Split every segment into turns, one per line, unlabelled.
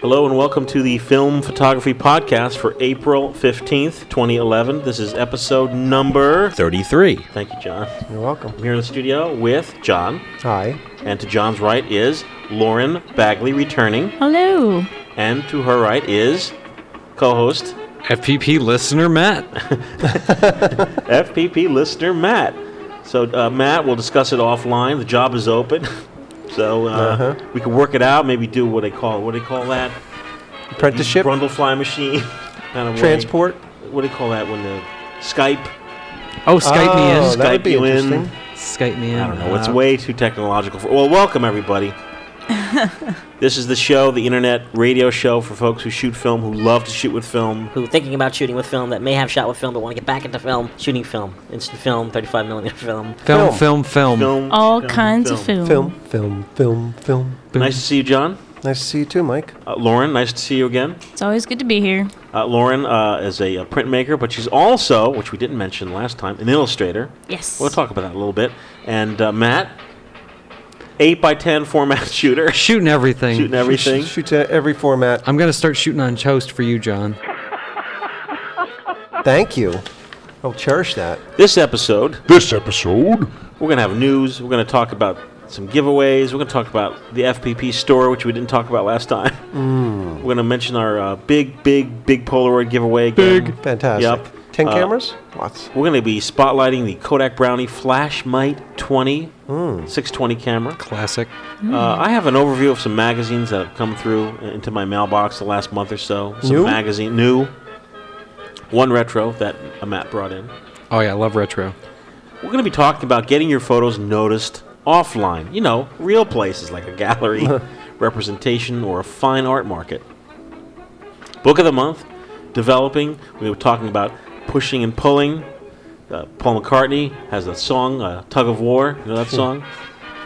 Hello and welcome to the Film Photography Podcast for April 15th, 2011. This is episode number.
33.
Thank you, John.
You're welcome.
I'm here in the studio with John,
Hi.
and to John's right is Lauren Bagley returning,
Hello.
and to her right is co host
FPP listener Matt.
FPP listener Matt. So, uh, Matt, we'll discuss it offline. The job is open. So uh, we can work it out. Maybe do what they call what do they call that
Apprenticeship,
Brundle fly machine kind of way.
transport.
What do they call that when the Skype
Oh, Skype me
Oh, that
in.
would
Skype
be
you in.
interesting.
Skype me in.
I don't know. It's
Uh,
way too technological for. Well, welcome everybody. this is the show, the internet radio show for folks who shoot film, who love to shoot with film.
who thinking about shooting with film that may have shot with film but want to get back into film, shooting film, instant film, 35 millimeter film.
Film, film, film.
Film.
All
film,
kinds of
film.
film.
Film, film, film, film.
Nice to see you, John.
Nice to see you too, Mike.
Uh, Lauren, nice to see you again.
It's always good to be here.
Uh, Lauren uh, is a, uh printmaker, but she's also, which we didn't mention last time, an illustrator.
Yes.
We'll talk about that a little bit. And uh, Matt, eight by ten format shooter,
Shooting everything.
shooting everything.
Sh- Shoot to every format.
I'm going to start shooting on toast for you, John.
Thank you. I'll cherish that.
This episode,
This episode,
We're going to have news. We're going to talk about some giveaways. We're going to talk about the FPP store, which we didn't talk about last time. We're going to mention our uh, big, big, big Polaroid giveaway. Big.
Fantastic.
Yep.
Ten
Uh,
cameras? Lots.
We're going to be spotlighting the Kodak Brownie Flashmite 20, 620 camera.
Classic.
Uh, I have an overview of some magazines that have come through into my mailbox the last month or so. Some
New?
magazine, new. One retro that uh, Matt brought in.
Oh, yeah. I love retro.
We're going to be talking about getting your photos noticed offline. You know, real places like a gallery, representation, or a fine art market. Book of the month, developing. We were talking about pushing and pulling. Uh, Paul McCartney has a song, uh, Tug of War. You know that song?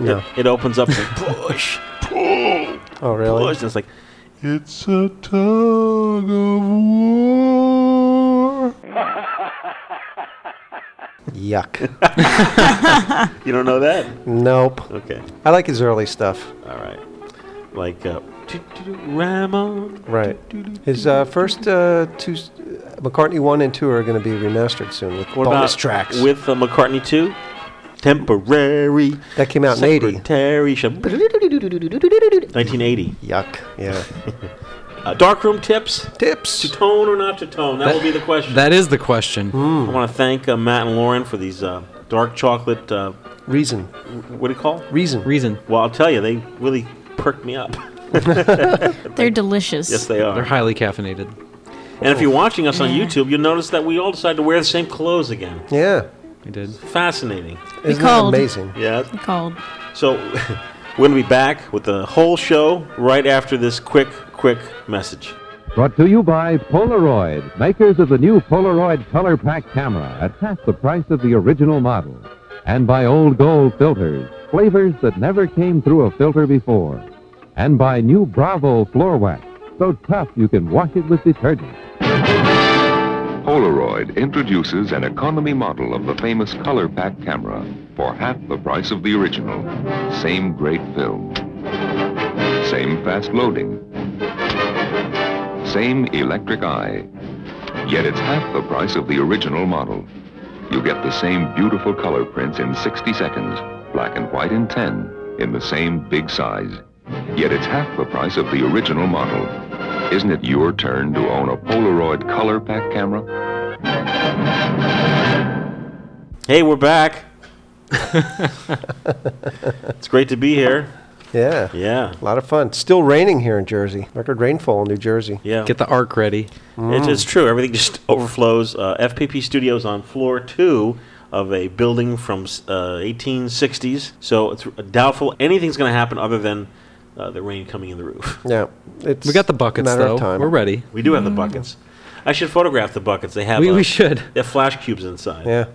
No.
It, it opens up like, push, pull,
Oh, really?
push. And it's like,
it's a tug of war.
Yuck.
you don't know that?
nope.
Okay.
I like his early stuff.
All right. Like, uh, Ramon.
Right. His uh, first uh, two, s- McCartney one and two are going to be remastered soon with
What
bonus
about
tracks.
with uh, McCartney too? Temporary.
that came out in '80.
Secretary Shab- 1980.
Yuck. Yeah.
Uh, darkroom tips. To
Tips.
tone or not to tone? That,
That-
will be the question.
That is the question.
I want to thank uh, Matt and Lauren for these uh, dark chocolate. Uh,
Reason.
what do you call?
Reason.
Reason.
Well, I'll tell you, they really perked me up.
They're delicious.
yes, they
They're
are.
highly caffeinated.
And if you're watching us on YouTube, you'll notice that we all decided to wear the same clothes again.
Yeah.
I did.
Fascinating.
We
Isn't that
called.
amazing?
Yeah.
Called.
So we're gonna be back with the whole show right after this quick, quick message.
Brought to you by Polaroid, makers of the new Polaroid Color Pack camera at half the price of the original model. And by Old Gold filters, flavors that never came through a filter before. And by new Bravo floor wax, so tough you can wash it with detergent.
Polaroid introduces an economy model of the famous Color Pack camera for half the price of the original. Same great film, same fast loading, same electric eye. Yet it's half the price of the original model. You get the same beautiful color prints in 60 seconds, black and white in 10, in the same big size. Yet it's half the price of the original model. Isn't it your turn to own a Polaroid Color Pack camera?
Hey, we're back. it's great to be here.
Yeah.
Yeah,
A lot of fun. Still raining here in Jersey. Record rainfall in New Jersey.
yeah.
Get mm. the arc ready.
It's, it's true. Everything just overflows. Uh, FPP Studios on floor two of a building from uh, 1860s. So it's doubtful anything's going to happen other than uh, the rain coming in the roof.
Yeah. It's
We got the
a
buckets,
matter
though.
Of time.
We're ready.
We do have the buckets. I should photograph the buckets. They have
Mm. We,
uh,
we should.
They have flash cubes inside.
Yeah.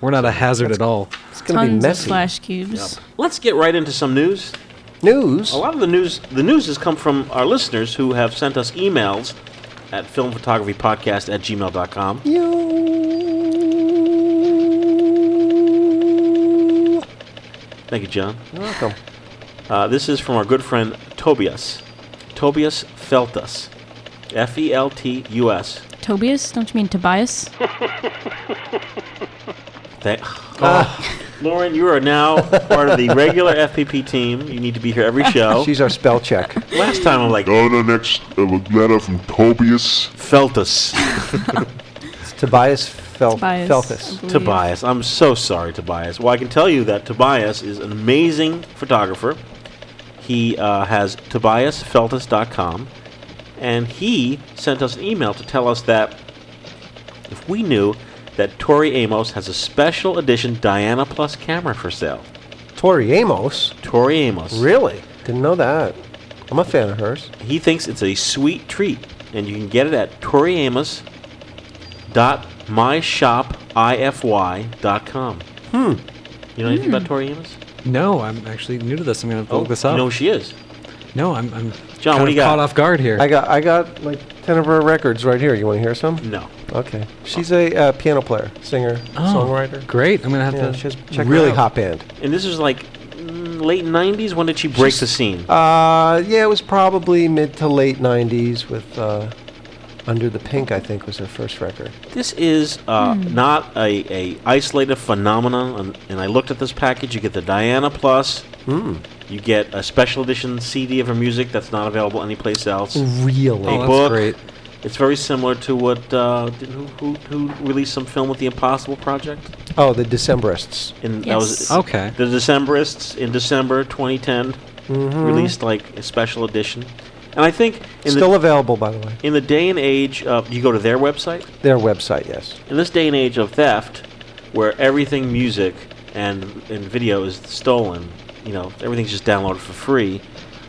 We're not a hazard at all.
It's going to be
Tons of
messy.
flash cubes.
Let's get right into some news.
News.
A
Oh.
lot of the news, the news has come from our listeners who have sent us emails at filmphotographypodcast at gmail.com.
You.
Thank you, John.
You're welcome.
Uh, this is from our good friend Tobias. Tobias Feltus. F E L T U S.
Tobias? Don't you mean Tobias?
Oh, Thank- Ah. Lauren, you are now part of the regular FPP team. You need to be here every
Oh.
show.
She's our spell check.
Last time I'm like,
Go to the next uh, letter from Tobias.
Feltus.
It's Tobias Fel-
Tobias. I
Feltus.
believe.
Tobias. I'm so sorry, Tobias. Well, I can tell you that Tobias is an amazing photographer. He uh, has tobiasfeltus.com, and he sent us an email to tell us that if we knew that Tori Amos has a special edition Diana Plus camera for sale.
Tori Amos.
Tori Amos.
Really? Didn't know that. I'm a fan of hers.
He thinks it's a sweet treat, and you can get it at toriamos.myshopify.com. Hmm. You know anything about Tori Amos?
No, I'm actually new to this. I'm
Oh,
going to look this up.
No, she is.
no, I'm, I'm
John, what
kind of
do you got?
caught off guard here.
I got I got like ten of her records right here. You want to hear some?
Mm.
No.
Okay. She's a uh, piano player, singer, songwriter.
Oh, Great. I'm going to have
Yeah,
to
she has check
really
really hot band.
And this is like mm, late 90s. When did she break the scene?
Uh, yeah, it was probably mid to late '90s with uh, "Under the Pink." I think was her first record.
This is uh, not a, a isolated phenomenon. And, and I looked at this package. You get the Diana Plus.
Hmm.
You get a special edition CD of her music that's not available anyplace else.
Really?
a
Oh, that's
book.
great.
It's very similar to what uh, did, who, who who released some film with the Impossible Project.
Oh, the Decemberists.
In
Yes.
that was
Okay.
the Decemberists in December 2010
Mm-hmm.
released like a special edition, and I think in
Still
the
available, by the way.
in the day and age of you go to their website
Their website, yes.
in this day and age of theft, where everything music and and video is stolen, you know everything's just downloaded for free.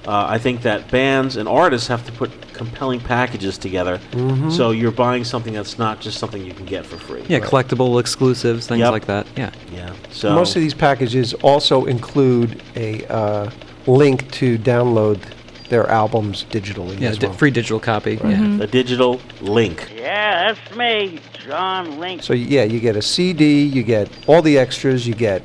Uh, I think that bands and artists have to put compelling packages together,
Mm-hmm.
so you're buying something that's not just something you can get for free.
Yeah, collectible exclusives, things
Yep.
like that. Yeah.
Yeah. So
Most of these packages also include a uh, link to download their albums digitally.
Yeah,
as
di-
well. Mm-hmm.
free digital copy. Yeah.
a digital link.
Yeah, that's me, John Link.
So yeah, you get a CD, you get all the extras, you get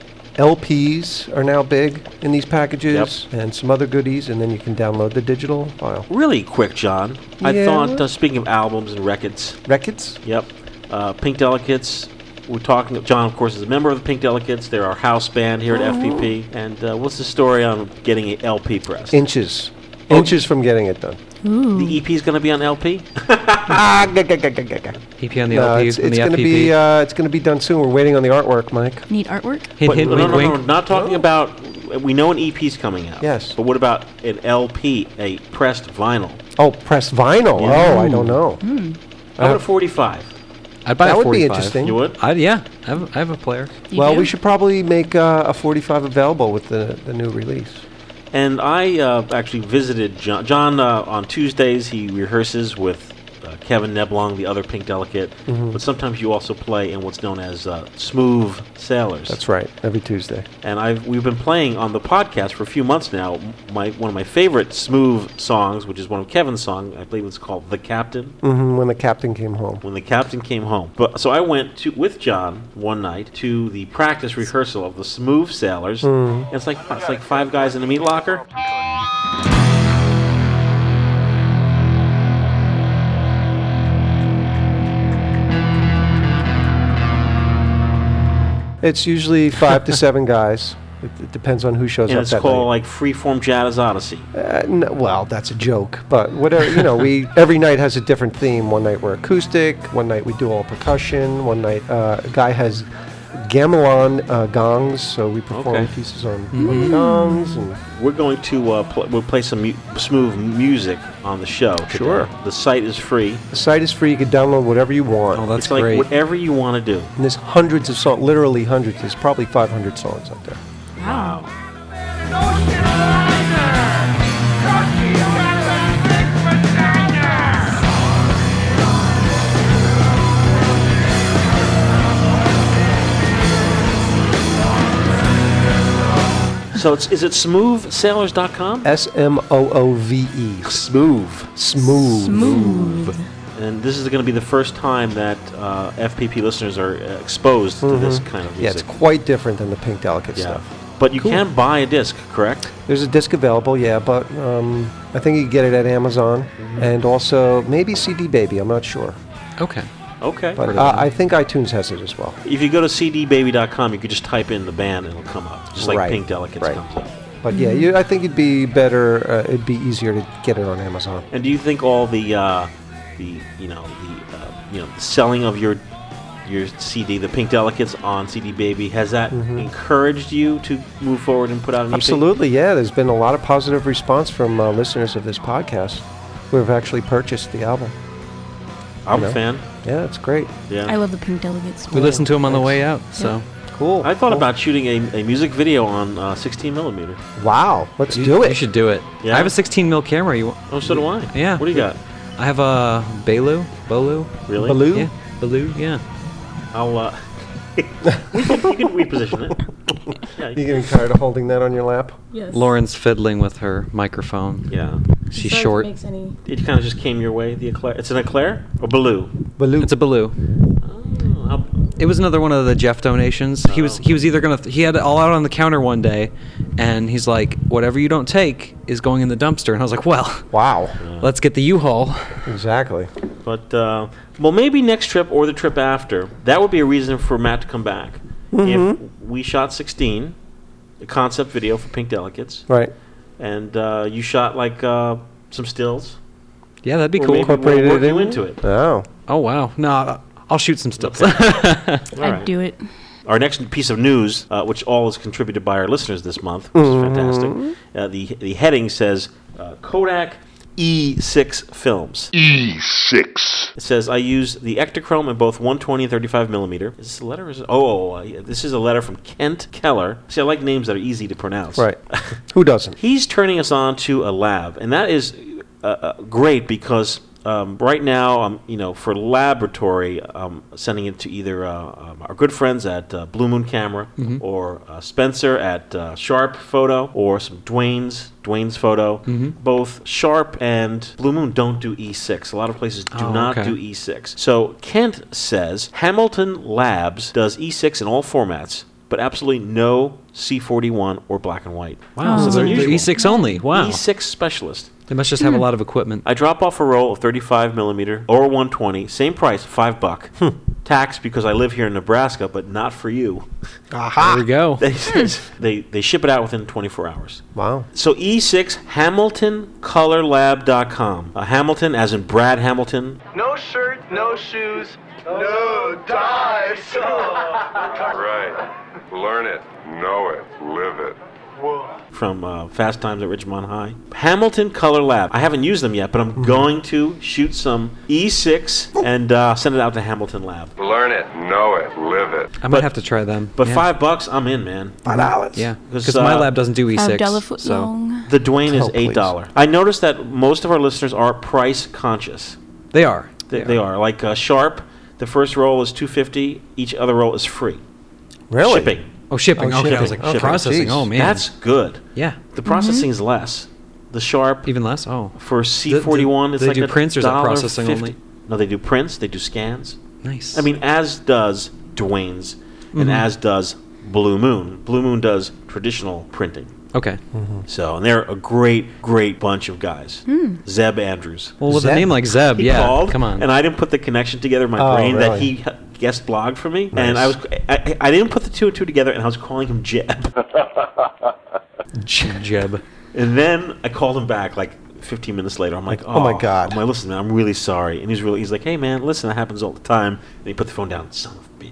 LPs are now big in these packages, and some other goodies, and then you can download the digital file.
Really quick, John. I
Yeah.
thought. Uh, speaking of albums and records,
Records?
Yep. Uh, Pink Delicates. We're talking. John, of course, is a member of the Pink Delicates. They're our house band here at FPP. And uh, what's the story on getting an LP pressed?
Inches.
Oh.
Inches from getting it done.
Ooh.
the EP is going to be on LP.
Ah, ga- ga- ga- ga- ga- ga.
PP E on the
No,
LP
it's,
and
it's
the
gonna
FPP.
be uh, it's gonna be done soon. We're waiting on the artwork, Mike.
Need artwork?
hint,
Wait,
hint,
no,
wink,
no, no,
wink.
no, Not talking about. We know an EP's coming out.
Yes.
But what about an LP, a pressed vinyl?
Oh, press vinyl.
Yeah.
Oh, I don't know.
How about a 45?
I'd buy
That
a
would be
45.
interesting.
You would?
I'd, yeah, I have, I have a player.
You
Well,
do?
we should probably make uh, a 45 available with the, the new release.
And I uh, actually visited John. John uh, on Tuesdays he rehearses with uh, Kevin Neblong, the other Pink Delicate. But sometimes you also play in what's known as uh, smooth sailors.
That's right. Every Tuesday.
And I've we've been playing on the podcast for a few months now. m- My one of my favorite smooth songs, which is one of Kevin's song, I believe it's called "The Captain."
hmm when the captain came home.
When the captain came home, but so I went to with John one night to the practice rehearsal of the Smooth Sailors. And it's like wow, it's like five guys in a meat locker.
It's usually five to seven guys. It, it depends on who shows
and
up
it's
that
called
night.
like Freeform Jazz Odyssey.
Uh, no, well, that's a joke, but whatever. You know, we every night has a different theme. One night we're acoustic. One night we do all percussion. One night uh, a guy has gamelan uh, gongs, so we perform
Okay. Mm-hmm.
pieces on, on the gongs. And
We're going to uh, pl- we'll play some mu- smooth music on the show. today.
Sure.
The site is free.
the site is free. You can download whatever you want.
Oh, that's
it's like
great.
whatever you want to do.
and there's hundreds of songs, literally hundreds. There's probably 500 songs out there.
Wow.
So it's is it smoothsailors.com?
S M O O V E.
Smooth.
Smooth.
Smooth.
And this is going to be the first time that uh, FPP listeners are uh, exposed to this kind of
Mm-hmm. Yeah, it's
music.
quite different than the Pink Delicate
Yeah.
stuff.
But you can buy a disc, correct?
There's a disc available, yeah, but um, I think you can get it at Amazon
Mm-hmm.
and also maybe CD Baby. I'm not sure,
Okay.
Okay.
but uh, I think iTunes has it as well.
if you go to cdbaby.com, you could just type in the band and it'll come up, just like
Right.
Pink Delicates
Right.
comes up.
But yeah,
Mm-hmm.
you, I think it'd be better. Uh, it'd be easier to get it on Amazon.
And do you think all the, uh, the you know, the uh, you know, the selling of your your CD, the Pink Delicates on CD Baby, has that encouraged you to move forward and put out an EP?
Mm-hmm. Absolutely, yeah. There's been a lot of positive response from uh, listeners of this podcast who have actually purchased the album.
I'm
you
a
know.
fan.
Yeah, it's great.
Yeah.
I love the Pink Delegates.
We listened to him on the way out, so
Cool.
I thought
Cool.
about shooting a, a music video on uh, 16 millimeter.
Wow, let's
you,
do it.
You should do it.
Yeah?
I have a 16 mil camera. You, wa-
Oh, so do I.
Yeah.
What do you got?
I have a Belu, Bolu,
Really?
Baloo.
yeah, Belu, yeah.
I'll. Uh, you can reposition it. Yeah.
You
you-
getting tired of holding that on your lap?
Yes.
Lauren's fiddling with her microphone.
yeah.
She's short.
Makes any
It kind of just came your way. The eclair. It's an eclair or Baloo.
Baloo.
It's a Baloo.
Oh, how-
It was another one of the Jeff donations. He was
Oh.
he was either gonna th- he had it all out on the counter one day, and he's like, "Whatever you don't take is going in the dumpster." And I was like, "Well,
wow.
let's get the U-Haul."
Exactly.
But uh, well, maybe next trip or the trip after. That would be a reason for Matt to come back. If we shot 16, the concept video for Pink Delicates,
Right.
and uh, you shot like uh, some stills.
Yeah, that'd be
Or
cool.
maybe we'll
Incorporated
work
it
you
in?
into it.
Oh.
Oh wow, no, I- I'll shoot some stuff.
All
I'd
right.
do it.
Our next piece of news, uh, which all is contributed by our listeners this month, which is fantastic. Uh, the the heading says uh, Kodak E6 films.
E6.
It says I use the Ektachrome in both 120 and 35 millimeter. Is this a letter? Or is it, oh, uh, yeah, this is a letter from Kent Keller. See, I like names that are easy to pronounce.
Right. Who doesn't?
He's turning us on to a lab, and that is uh, uh, great because um, right now, um, you know, for laboratory, um, sending it to either uh, um, our good friends at uh, Blue Moon Camera
Mm-hmm.
or uh, Spencer at uh, Sharp Photo or some Dwayne's Dwayne's Photo.
Mm-hmm.
Both Sharp and Blue Moon don't do E6. A lot of places do
Oh,
not
okay.
do E6. So Kent says Hamilton Labs does E6 in all formats, but absolutely no C41 or black and white.
Wow, so
This is
they're, they're
unusual.
E6 only. Wow,
E6 Oh. E specialist.
they must just have a lot of equipment.
I drop off a roll of 35 millimeter or 120, same price, five buck.
Hmm.
Tax because I live here in Nebraska, but not for you. Ah.
There we go.
They says they they ship it out within 24 hours.
Wow.
So E E6 HamiltonColorLab.com. Uh, Hamilton, as in Brad Hamilton,
No shirt, no shoes, no dice.
Right. Learn it. Know it. Live it.
from uh, Fast Times at Ridgemont High. Hamilton Color Lab. I haven't used them yet, but I'm
Hmm.
going to shoot some
Oh.
E6 and uh, send it out to Hamilton Lab.
Learn it. Know it. Live it.
I might have to try them.
But
yeah.
five bucks, I'm in, man.
yeah,
'Cause,
because my
uh,
lab doesn't do E
Five
E6.
dollar foot
so
long.
The Dwayne is
Oh, please.
eight dollar. I noticed that most of our listeners are price conscious.
they are.
They, they are like uh, Sharp. The first roll is two fifty. Each other roll is free.
Really?
Shipping.
Oh, shipping.
Oh, Mm-hmm.
okay, I was like
shipping. Okay,
processing.
geez.
Oh man,
That's good.
yeah,
The processing is less. The Sharp
even less. Oh,
for C forty one is
they
like
do
a
prints or is that
dollar
processing
50.
only?
No, they do prints. They do scans.
nice.
I mean, as does Dwayne's,
Mm-hmm.
and as does Blue Moon. Blue Moon does traditional printing.
okay.
Hmm. So, and they're a great, great bunch of guys. Zeb Andrews.
Well, with
Zeb.
a name like Zeb,
he
yeah,
called,
come on.
and I didn't put the connection together in my
Oh,
brain that
really?
he guest blogged for me, and I was I- I, I didn't put the two and two together, and I was calling him Jeb,
Jeb.
and then I called him back like 15 minutes later. I'm like, oh,
oh my God."
I'm like, listen, man, I'm really sorry, and he's really he's like, hey man, listen, that happens all the time, and he put the phone down, son of a bitch.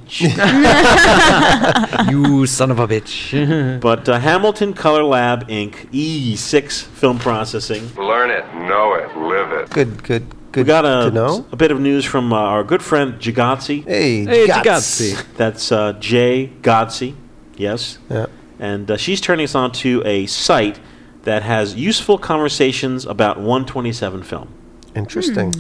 you son of a bitch.
but uh, Hamilton Color Lab Inc. E6 Film Processing.
Learn it. Know it. Live it.
Good, good, good
We got um, a,
to know.
a bit of news from uh, our good friend Jagazzi.
Hey,
hey,
guts.
Jigatsi.
That's uh, Jay Godsey. Yes.
Yeah.
And uh, she's turning us on to a site that has useful conversations about 127 film.
Interesting.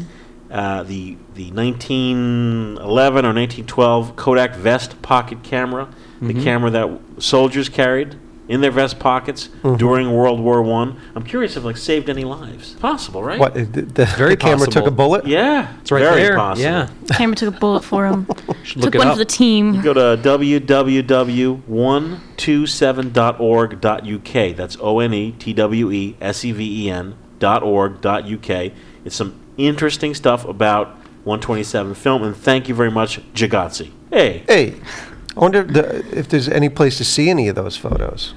Uh, the the 1911 or 1912 Kodak vest pocket camera, the
Mm-hmm.
camera that soldiers carried in their vest pockets
Mm-hmm.
during World War One. I'm curious if like saved any lives. Possible, right?
What? The, the,
Very
the camera took a
possible.
bullet.
Yeah,
It's right
very
there.
possible.
Yeah.
Hammer took a bullet for him.
look
took
it
one
up.
for the team.
Go to www12 onetwseven.org.uk. That's O N E T W E S E V E N dot org dot UK. It's some interesting stuff about 127 film, and thank you very much, Jagatsi. Hey.
Hey. I wonder if, the, if there's any place to see any of those photos.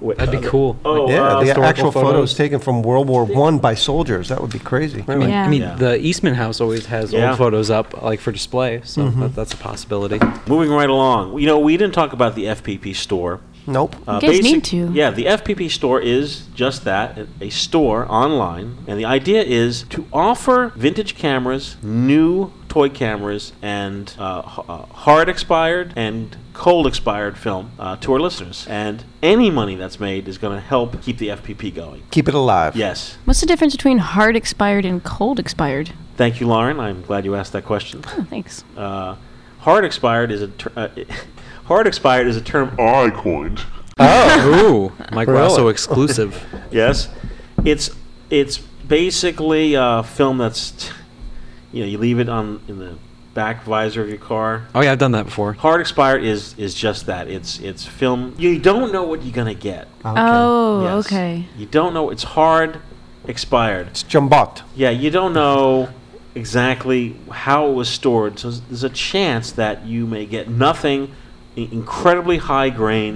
That'd be cool.
Oh,
yeah,
uh,
the
historical
actual photos.
photos?
taken from World War One by soldiers. That would be crazy.
I mean, I
Yeah.
mean,
Yeah.
the Eastman House always has
Yeah.
old photos up, like for display. So
Mm-hmm.
that, that's a possibility.
Moving right along. You know, we didn't talk about the FPP store.
Nope.
Uh,
guys need to.
Yeah, the FPP store is just that a- a store online. And the idea is to offer vintage cameras, new toy cameras, and uh, h- uh, hard expired and cold expired film uh, to our listeners. And any money that's made is going to help keep the FPP going.
Keep it alive.
Yes.
What's the difference between hard expired and cold expired?
Thank you, Lauren. I'm glad you asked that question.
Oh, thanks.
Uh, hard expired is a ter- uh, hard expired is a term
I coined.
Ooh, Mike
Oh. Really?
Rosso exclusive.
Yes, it's it's basically a film that's you know you leave it on in the back visor of your car.
Oh yeah, I've done that before.
Hard expired is is just that. It's it's film. You don't know what you're gonna get.
Oh,
Yes.
okay.
You don't know. It's hard expired.
It's jumbocked.
Yeah, you don't know exactly how it was stored. So there's a chance that you may get nothing. i- Incredibly high grain,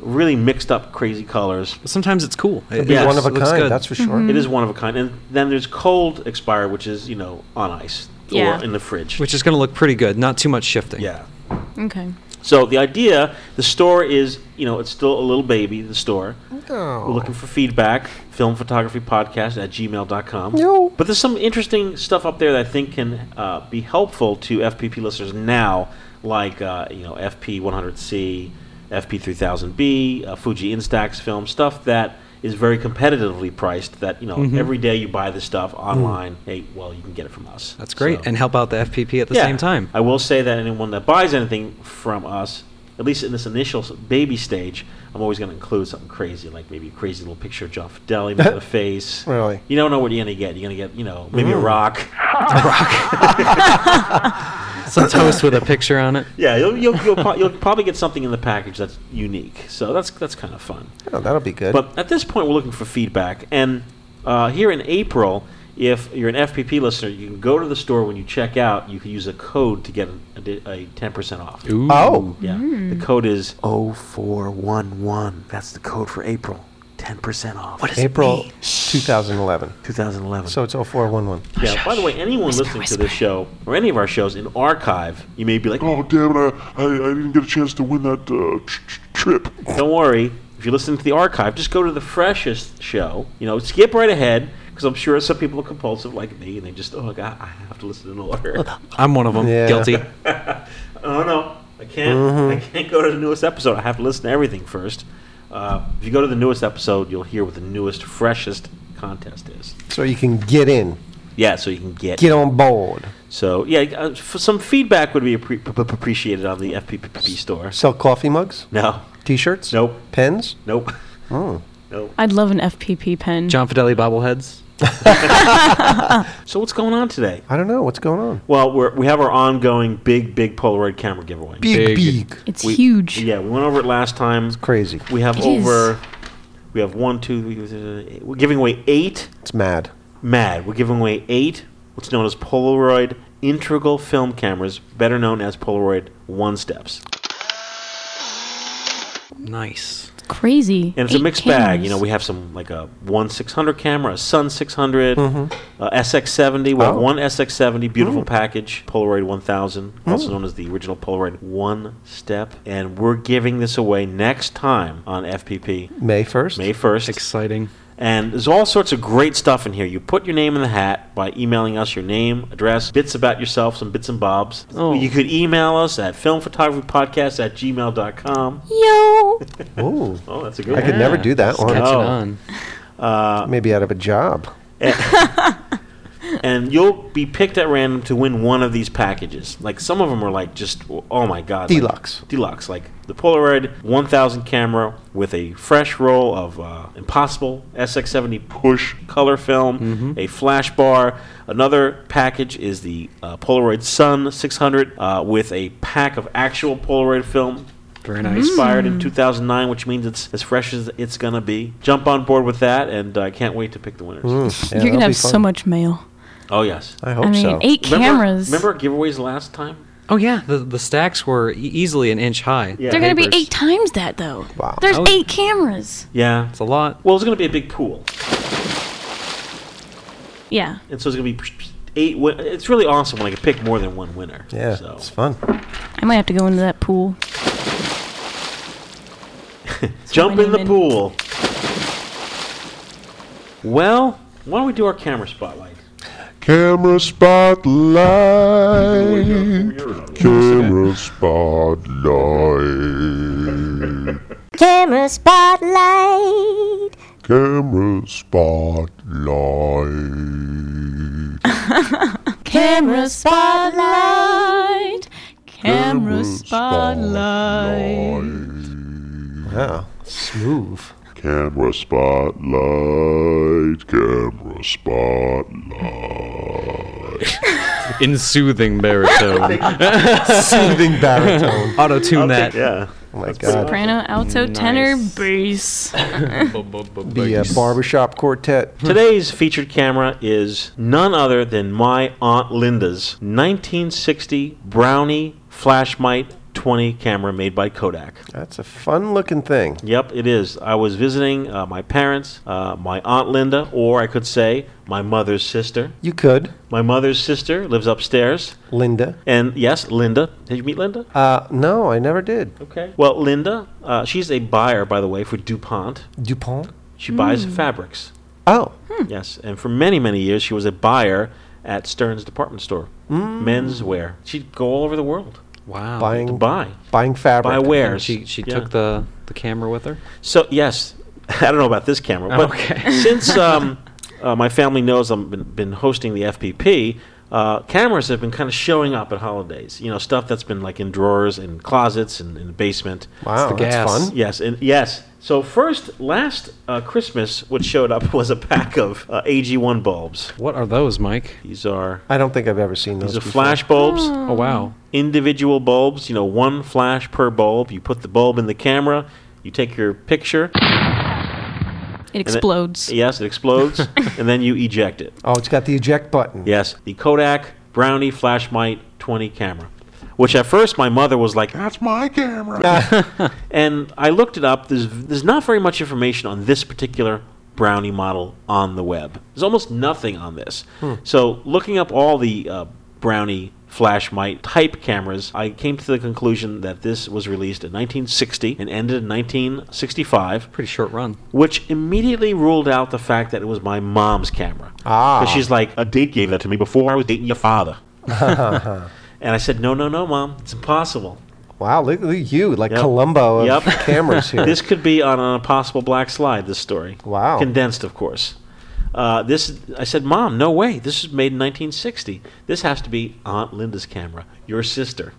really mixed up, crazy colors.
But sometimes it's cool. It,
be
it
Yes,
one of a
looks
kind,
good.
that's for sure.
It is one of a kind. And then there's cold expired, which is, you know, on ice
Yeah.
or in the fridge.
which is going to look pretty good. Not too much shifting.
yeah.
Okay.
So the idea, the store is, you know, it's still a little baby, the store. We're looking for feedback, filmphotographypodcast at gmail.com.
No.
But there's some interesting stuff up there that I think can uh, be helpful to FPP listeners now, like, uh, you know, FP100C, FP3000B, uh, Fuji Instax film, stuff that is very competitively priced that, you know,
Mm-hmm.
every day you buy this stuff online, hey, well, you can get it from us.
Mm. That's great.
So-
And help out the FPP at the
yeah.
same time.
I will say that anyone that buys anything from us, at least in this initial s- baby stage, I'm always going to include something crazy, like maybe a crazy little picture of John Fidelli, maybe a face.
Really?
You don't know what you're going to get. You're going to get, you know, maybe
Mm.
a rock.
Some toast with a picture on it.
Yeah, you'll, you'll, you'll, pro- you'll probably get something in the package that's unique. So that's, that's kind of fun.
Oh, that'll be good.
But at this point, we're looking for feedback. And uh, here in April, if you're an FPP listener, you can go to the store when you check out. You can use a code to get a, di- a 10% off.
oh,
Yeah. The code is 0411. That's the code for April. 10% off. What
April 2011.
2011.
So it's 0411.
yeah, by the way, anyone listening to this show or any of our shows in archive, you may be like,
Oh, damn it. I, I, I didn't get a chance to win that uh, tr- tr- trip.
don't worry. If you listen to the archive, just go to the freshest show. You know, skip right ahead because I'm sure some people are compulsive like me and they just, oh, God, I have to listen in order.
I'm one of them.
Yeah.
Guilty.
oh no, I can't. I can't go to the newest episode. I have to listen to everything first. Uh, if you go to the newest episode, you'll hear what the newest, freshest contest is.
So you can get in,
Yeah, so you can get.
get on board,
So yeah, uh, f- some feedback would be appre- p- p- appreciated on the FPPP store.
sell coffee mugs,
No,
t-shirts,
Nope.
pens.
nope,
Oh.
nope.
I'd love an FPP pen.
John Fidelli bobbleheads.
So what's going on today?
I don't know what's going on.
Well, we're, we have our ongoing big, big Polaroid camera giveaway.
Big,
Big.
big.
it's
We-
huge.
Yeah, we went over it last time.
Crazy.
We have
It is.
over. We have one, two. three, four, five, six, We're giving away eight
It's mad.
Mad. We're giving away eight, what's known as Polaroid integral film cameras, better known as Polaroid One Steps.
Nice.
It's crazy.
And it's a
Eight
mixed bag. You know,
cameras.
we have some like a one six hundred camera, a Sun six uh, SX seventy. We have
Mm-hmm. Oh. Mm.
one SX seventy, beautiful package, Polaroid one thousand, also known as the original Polaroid One Step. And we're giving this away next time on FPP.
May 1st?
May 1st.
Exciting.
And there's all sorts of great stuff in here. You put your name in the hat by emailing us your name, address, bits about yourself, some bits and bobs.
Oh.
You could email us at filmphotographypodcast at gmail.com.
Yo!
Ooh.
Oh, that's a
I
good
could
one.
never do that
Catching
one.
Oh.
on.
Uh,
Maybe out of a job.
And you'll be picked at random to win one of these packages. Like, some of them are like just, oh my God. like-
Deluxe.
deluxe, like the Polaroid 1000 camera with a fresh roll of uh, Impossible SX70 push color film, a flash bar. Another package is the uh, Polaroid Sun 600 uh, with a pack of actual Polaroid film.
Very nice.
Mm-hmm.
Expired in 2009, which means it's as fresh as it's gonna be. Jump on board with that, and I can't wait to pick the winners.
Mm, yeah,
You're
that'll
gonna
be
have so
fun.
much mail.
Oh yes.
I hope
I mean,
so.
eight
Remember-
cameras.
Remember our giveaways last time?
Oh yeah, the the stacks were e- easily an inch high.
Yeah.
They're going to be
papers.
eight times that, though.
Wow.
There's
Oh.
eight cameras.
Yeah.
It's a lot.
Well, it's gonna be a big pool,
Yeah.
and so it's gonna be eight. Win- it's really awesome when I can pick more than one winner.
Yeah,
So.
it's fun.
I might have to go into that pool.
Jump in the
Winning.
pool. Well, why don't we do our camera spotlight?
Camera spotlight. Camera spotlight.
Camera spotlight.
Camera spotlight.
Camera spotlight. Camera spotlight.
spotlight.
Wow, smooth.
Camera spotlight. Camera spotlight.
In soothing baritone.
Soothing baritone.
Auto tune that.
Yeah.
Oh my God.
Soprano, alto, tenor, bass.
The uh, barbershop quartet.
Today's featured camera is none other than my Aunt Linda's 1960 Brownie Flashmite 20 camera made by Kodak.
That's a fun looking thing.
Yep, it is. I was visiting uh, my parents, uh, my Aunt Linda, or I could say my mother's sister.
You could,
My mother's sister lives upstairs.
Linda.
And yes, Linda. Did you meet Linda?
Uh, no, I never did.
Okay. Well, Linda, uh, she's a buyer, by the way, for DuPont.
Dupont.
She buys fabrics.
Oh,
Yes, and for many, many years, she was a buyer at Stern's department store, men's wear. She'd go all over the world
Wow.
to
buying
buy,
buying fabric.
buy
And
wares.
she she
Yeah.
took the the camera with her.
So yes, I don't know about this camera, but
Okay.
since um, uh, my family knows I've been, been hosting the FPP, uh, cameras have been kind of showing up at holidays. You know, stuff that's been like in drawers and closets and in the basement.
Wow,
It's the
that's
gas.
fun.
Yes, and yes. So first, last uh, Christmas, what showed up was a pack of uh, AG1 bulbs.
What are those, Mike?
These are
I don't think I've ever seen those.
These are
before.
flash bulbs,
Oh wow.
individual bulbs, you know, one flash per bulb. You put the bulb in the camera, you take your picture.
It explodes.
Yes, it explodes, and then you eject it.
Oh, it's got the eject button.
Yes, the Kodak Brownie Flashmite 20 camera, which at first my mother was like,
That's my camera.
and I looked it up. There's, there's not very much information on this particular Brownie model on the web. There's almost nothing on this. So, looking up all the uh, Brownie flashmite type cameras, I came to the conclusion that this was released in 1960 and ended in 1965,
Pretty short run.
which immediately ruled out the fact that it was my mom's camera.
Ah.
'Cause she's like, a date gave that to me before I was dating your father. and I said, no, no, no, mom, it's impossible.
Wow, look, look at you, like
Yep.
Columbo of
Yep.
cameras here.
This could be on an impossible black slide. This story.
Wow.
Condensed, of course. Uh, this I said, Mom, no way. This was made in 1960. This has to be Aunt Linda's camera. Your sister.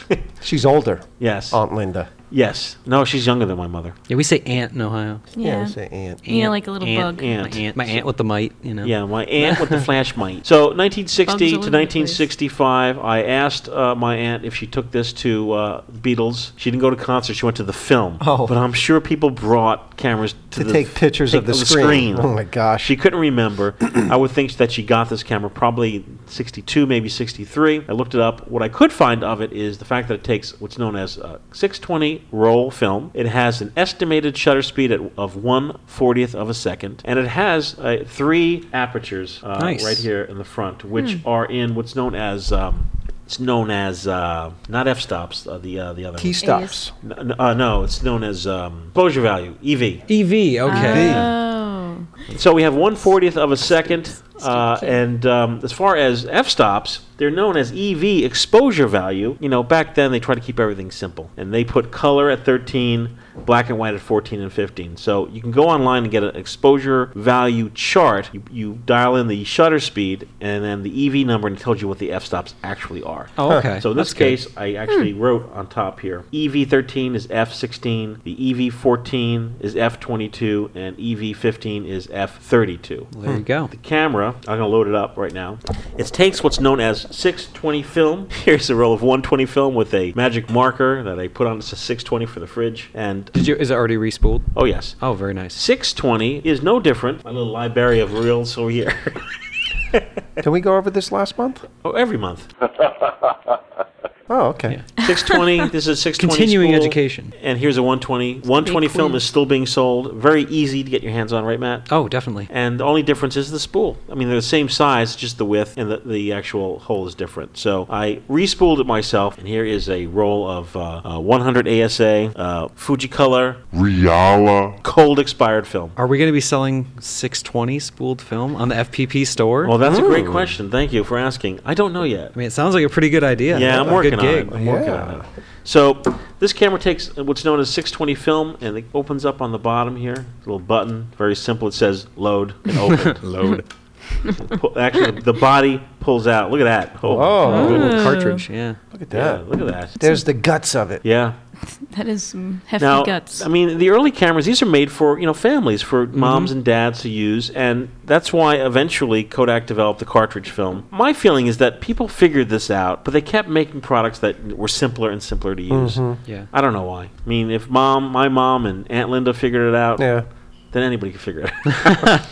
She's older,
Yes.
Aunt Linda.
Yes. No, she's younger than my mother.
Yeah, we say ant in Ohio.
we
Yeah.
say aunt.
You know, like a little
Ant,
bug.
Ant.
My aunt, my aunt with the mite. You know.
Yeah, my aunt with the flash mite. So 1960
Bugs
to
all over the place.
1965, I asked uh, my aunt if she took this to uh, Beatles. She didn't go to concerts. She went to the film.
Oh.
But I'm sure people brought cameras to,
To
the
take pictures of the screen. Oh my gosh.
She couldn't remember. I would think that she got this camera probably 62, maybe 63. I looked it up. What I could find of it is the fact that it takes what's known as uh, 620 roll film. It has an estimated shutter speed at, of 1 40th of a second, and it has uh, three apertures uh,
Nice.
right here in the front, which are in what's known as um, it's known as uh, not f stops. Uh, the uh, the other
T
one.
stops.
N- uh, no, it's known as um, exposure value EV.
EV. E Okay.
Oh.
So we have 140th of a second, uh, and um, as far as f-stops, they're known as E EV exposure value. You know, back then they tried to keep everything simple, and they put color at 13, black and white at 14 and 15. So you can go online and get an exposure value chart. You, you dial in the shutter speed and then the EV number, and it tells you what the f stops actually are.
Oh, okay.
So in this
That's good. Hmm.
case, I actually wrote on top here EV13 is F16, the EV14 is F22, and EV15 is F32.
There you go.
The camera, I'm going to load it up right now. It takes what's known as 620 film. Here's a roll of 120 film with a magic marker that I put on. It's a 620 for the fridge. And
Did you? Is it already respooled?
oh, yes.
Oh, very nice.
620 is no different. My little library of reels over here.
Can we go over this last month?
oh, every month.
Oh, okay.
620. This is 620.
Continuing
spool,
education.
And here's a 120. 120 film is still being sold. Very easy to get your hands on, right, Matt?
Oh, definitely.
And the only difference is the spool. I mean, they're the same size, just the width and the, the actual hole is different. So I re-spooled it myself, and here is a roll of uh, uh, 100 ASA, uh, Fuji Color,
Riala.
cold expired film.
Are we going to be selling 620 spooled film on the FPP store?
Well, that's a great question. Thank you for asking. I don't know yet.
I mean, it sounds like a pretty good idea.
Yeah, I'm
A
working
good
on
gig.
it. I'm working on it. So this camera takes what's known as 620 film, and it opens up on the bottom here. Little button, very simple. It says load and open. load. Actually, the body pulls out. Look at that. Oh,
Oh,
Little cartridge, yeah.
look at
yeah,
that.
look at that.
There's the guts of it.
yeah.
That is some hefty
Now,
guts.
I mean, the early cameras. These are made for you know families, for moms and dads to use, and that's why eventually Kodak developed the cartridge film. My feeling is that people figured this out, but they kept making products that were simpler and simpler to use.
Yeah.
I don't know why. I mean, if mom, my mom, and Aunt Linda figured it out,
Yeah.
then anybody could figure it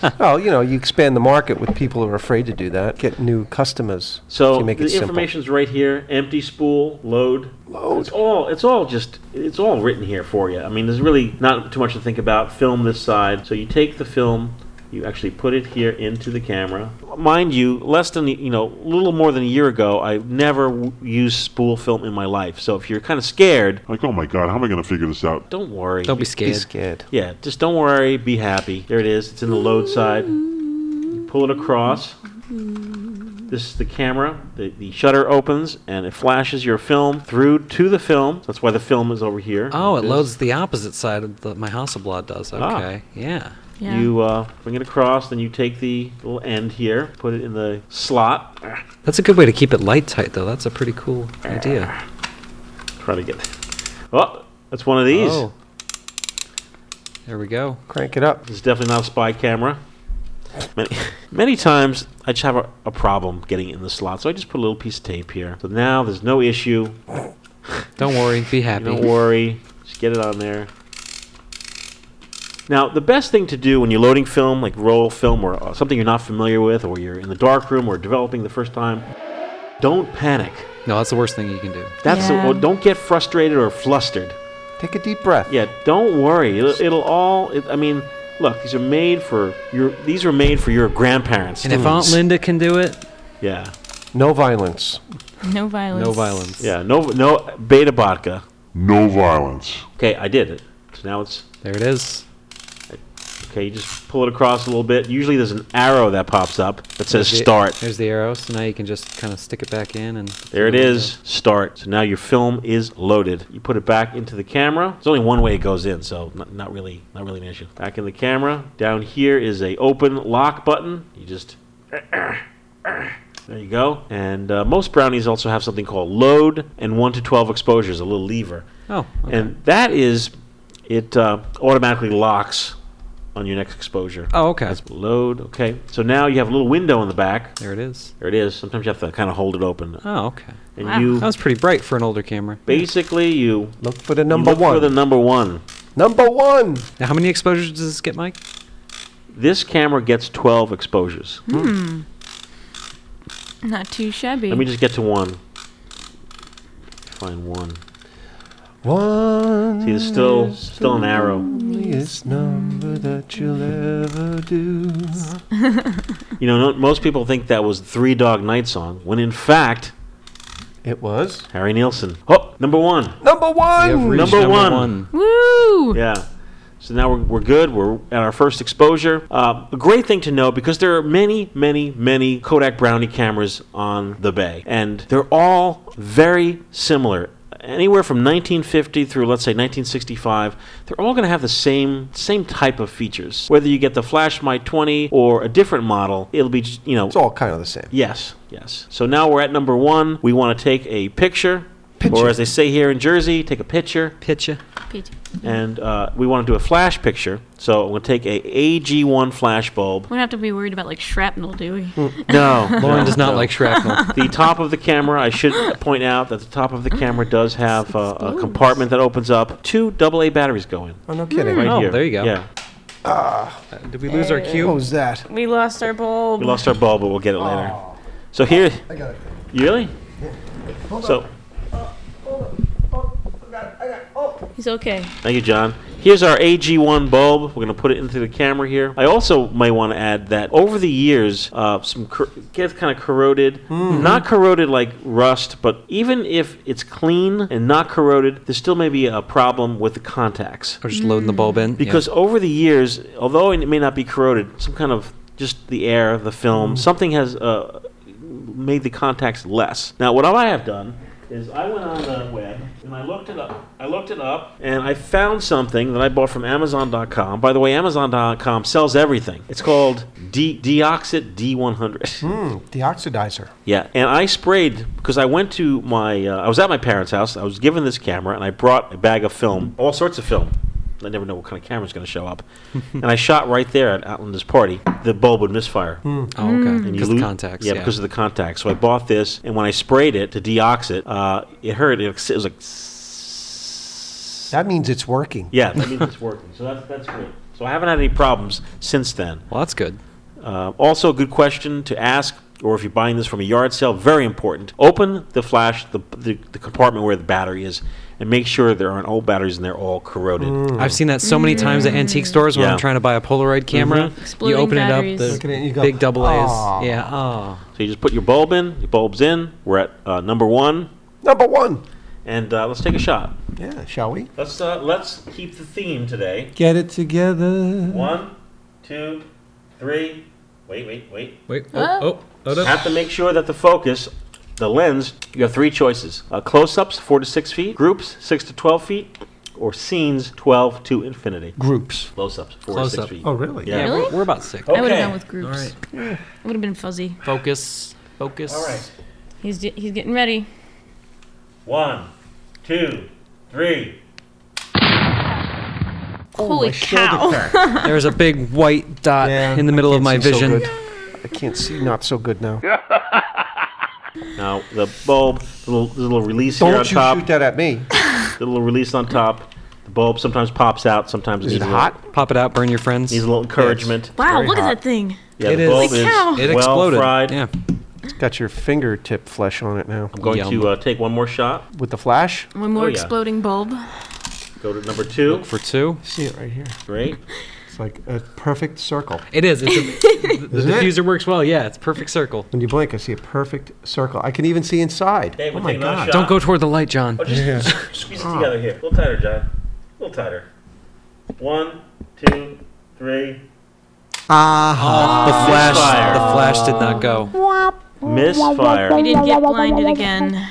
out.
Well, you know, you expand the market with people who are afraid to do that. Get new customers. if
So
you make
the
it simple.
information's right here. Empty spool, load. Load. It's all. It's all just. It's all written here for you. I mean, there's really not too much to think about. Film this side. So you take the film. You actually put it here into the camera. Mind you, less than you know, a little more than a year ago, I never w- used spool film in my life. So if you're kind of scared,
Like, oh my god, how am I going to figure this out?
don't worry.
Don't be
Be
scared.
scared.
Yeah, just don't worry, be happy. There it is. It's in the load side. You pull it across. This is the camera. The, the shutter opens and it flashes your film through to the film. That's why the film is over here.
Oh, it
This.
loads the opposite side of the, my Hasselblad does.
Ah.
Okay, yeah.
yeah.
You uh, bring it across, then you take the little end here, put it in the slot.
That's a good way to keep it light tight, though. That's a pretty cool idea.
Ah, Try to get. Oh, that's one of these.
Oh. There we go.
Crank it up.
It's definitely not a spy camera. Many, many times I just have a, a problem getting it in the slot, so I just put a little piece of tape here. So now there's no issue.
Don't worry, be happy.
You don't worry. Just get it on there. Now, the best thing to do when you're loading film, like roll film or uh, something you're not familiar with, or you're in the dark room or developing the first time, don't panic.
No, that's the worst thing you can do.
That's the-
Yeah.
well, don't get frustrated or flustered.
Take a deep breath.
Yeah, don't worry. It'll, it'll all. It, I mean, look, these are made for your. These were made for your grandparents.
And if Aunt Linda can do it,
yeah,
No violence.
no violence.
no violence.
yeah. No, no beta vodka.
No violence.
Okay, I did it. So now it's
There it is.
okay. You just pull it across a little bit. Usually, there's an arrow that pops up that says
There's the-
start.
There's the arrow, so now you can just kind of stick it back in and.
There it is. Start. So now your film is loaded. You put it back into the camera. There's only one way it goes in, so not, not really, not really an issue. Back in the camera. Down here is a open lock button. You just. There you go. And uh, most brownies also have something called load and one to twelve exposures, a little lever,
Oh, okay.
and that is it uh, automatically locks on your next exposure.
oh, okay.
That's load. Okay. So now you have a little window in the back.
There it is.
There it is. Sometimes you have to kind of hold it open,
Oh, okay.
and
Wow.
you
That was pretty bright for an older camera.
Basically, you
Look for the
you
number
look
one.
for the number one.
number one.
Now, how many exposures does this get, Mike?
This camera gets 12 exposures.
Not too shabby.
Let me just get to one. Find one.
One.
See, there's still still an arrow.
This number that you'll ever do.
You know, no, most people think that was Three Dog Night song, when in fact,
It was
Harry Nielsen. Oh, number one.
number one.
Number one.
Woo!
Yeah. So now we're, we're good. We're at our first exposure. Uh, a great thing to know because there are many, many, many Kodak Brownie cameras on the bay, and they're all very similar. anywhere from 1950 through let's say 1965, they're all going to have the same same type of features. Whether you get the Flash My 20 or a different model, it'll be j- you know it's
all kind of the same.
Yes, yes. So now we're at number one. We want to take a picture, or as they say here in Jersey, take a picture.
Picture.
Pete.
And uh, we want to do a flash picture. So I'm going to take a AG1 flash bulb.
We don't have to be worried about like shrapnel, do we?
No, no,
Lauren does not
no.
like shrapnel.
the top of the camera, I should point out that the top of the camera does have uh, a compartment that opens up. Two AA batteries go in.
Oh, no kidding.
Right
Oh,
here.
there you go.
Yeah.
Did we lose our
Hmm. What
cue?
was that?
We lost our bulb.
We lost our bulb, but we'll get it later. So here.
I got it.
You really? So,
He's okay.
thank you, John. Here's our AG1 bulb. We're going to put it into the camera here. I also may want to add that over the years, uh, some cor- gets kind of corroded. Not corroded like rust, but even if it's clean and not corroded, there still may be a problem with the contacts.
Or just loading the bulb in. yeah.
Because over the years, although it may not be corroded, some kind of just the air, the film, something has uh, made the contacts less. Now, what I have done is I went on the web and I looked it up. I looked it up and I found something that I bought from Amazon.com. By the way, Amazon.com sells everything. It's called De- Deoxit D100.
Mm, deoxidizer.
Yeah, and I sprayed because I went to my. Uh, I was at my parents' house. I was given this camera, and I brought a bag of film, all sorts of film. I never know what kind of camera's going to show up. and I shot right there at Outlander's party. The bulb would misfire.
Oh,
Mm.
okay.
And you
Because the
lose-
contacts.
Yeah, because of the contacts. So I bought this, and when I sprayed it to deox it, uh, it hurt. It was it was like.
That means it's working.
Yeah, that means it's working. So that's that's great. So I haven't had any problems since then.
Well, that's good.
Uh, also, a good question to ask, or if you're buying this from a yard sale, very important. Open the flash, the, the, the compartment where the battery is, and make sure there aren't old batteries and they're all corroded.
Mm.
I've seen that so many times at antique stores when
Yeah. Mm-hmm.
I'm trying to buy a Polaroid camera. You
Mm-hmm. Exploding
open
batteries.
it up,
Look
the
at it, you go,
big double A's.
"Aw."
Yeah. Oh.
So you just put your bulb in, your bulb's in. We're at uh, number one,
Number one.
and uh, let's take a shot.
Yeah, shall we?
Let's uh, let's keep the theme today.
Get it together.
One, two, three. Wait, wait, wait.
Wait.
Oh.
oh,
Have to make sure that the focus, the lens, you have three choices uh, close ups, four to six feet, groups, six to 12 feet, or scenes, 12 to infinity.
Groups.
Close ups, four to six
Close-up.
feet.
Oh, really?
Yeah.
Yeah,
Really?
we're, we're about six.
Oh.
I would have
Okay.
gone with groups.
All right.
It would have been fuzzy.
Focus. Focus.
All right.
He's di- he's getting ready.
One, two, three. Oh,
Holy cow!
There's a big white dot
Yeah,
in the
I
middle of
can't
my
see so
vision.
good. I can't see not so good now.
Now, the bulb, the little, the little release
Don't
here
you
on top,
shoot that at me.
the little release on top. The bulb sometimes pops out, sometimes
Is it
needs a
hot?
Little,
Pop it out, burn your friends.
needs a little encouragement.
wow,
very
look
hot.
at that thing.
Yeah,
It
the
is.
bulb
Holy
is
cow.
It
well
exploded.
fried.
Yeah.
It's got your fingertip flesh on it now.
I'm going
Yum.
to uh, take one more shot.
With the flash?
One more
Oh, yeah.
exploding bulb.
Go to number two.
For two.
See it right here.
Great.
It's like a perfect circle.
It is. It's a, the
Isn't it?
diffuser works well. Yeah, it's a perfect circle.
When you blink, I see a perfect circle. I can even see inside.
Dave,
oh
we're
my
taking another
god.
shot.
Don't go toward the light, John.
Oh, just s- squeeze it together here. A little tighter, John. A little tighter. One, two, three.
The
Ah,
flash.
Misfire.
The flash did not go.
Misfire.
We did get blinded again.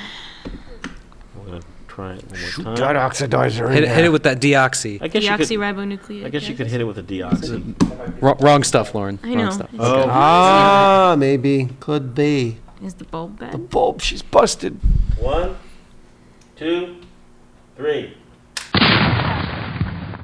We're gonna try it one more
Got
time.
oxidizer in
Hit, it-
there.
hit it with that deoxy.
I guess you could.
Deoxyribonucleic.
I guess you
acid.
could hit it with a deoxy.
Wr- wrong stuff, Lauren.
I
Wrong
know.
stuff.
Oh,
Ah, maybe. Could be.
Is the bulb
The
bad?
bulb, she's busted.
one, two, three.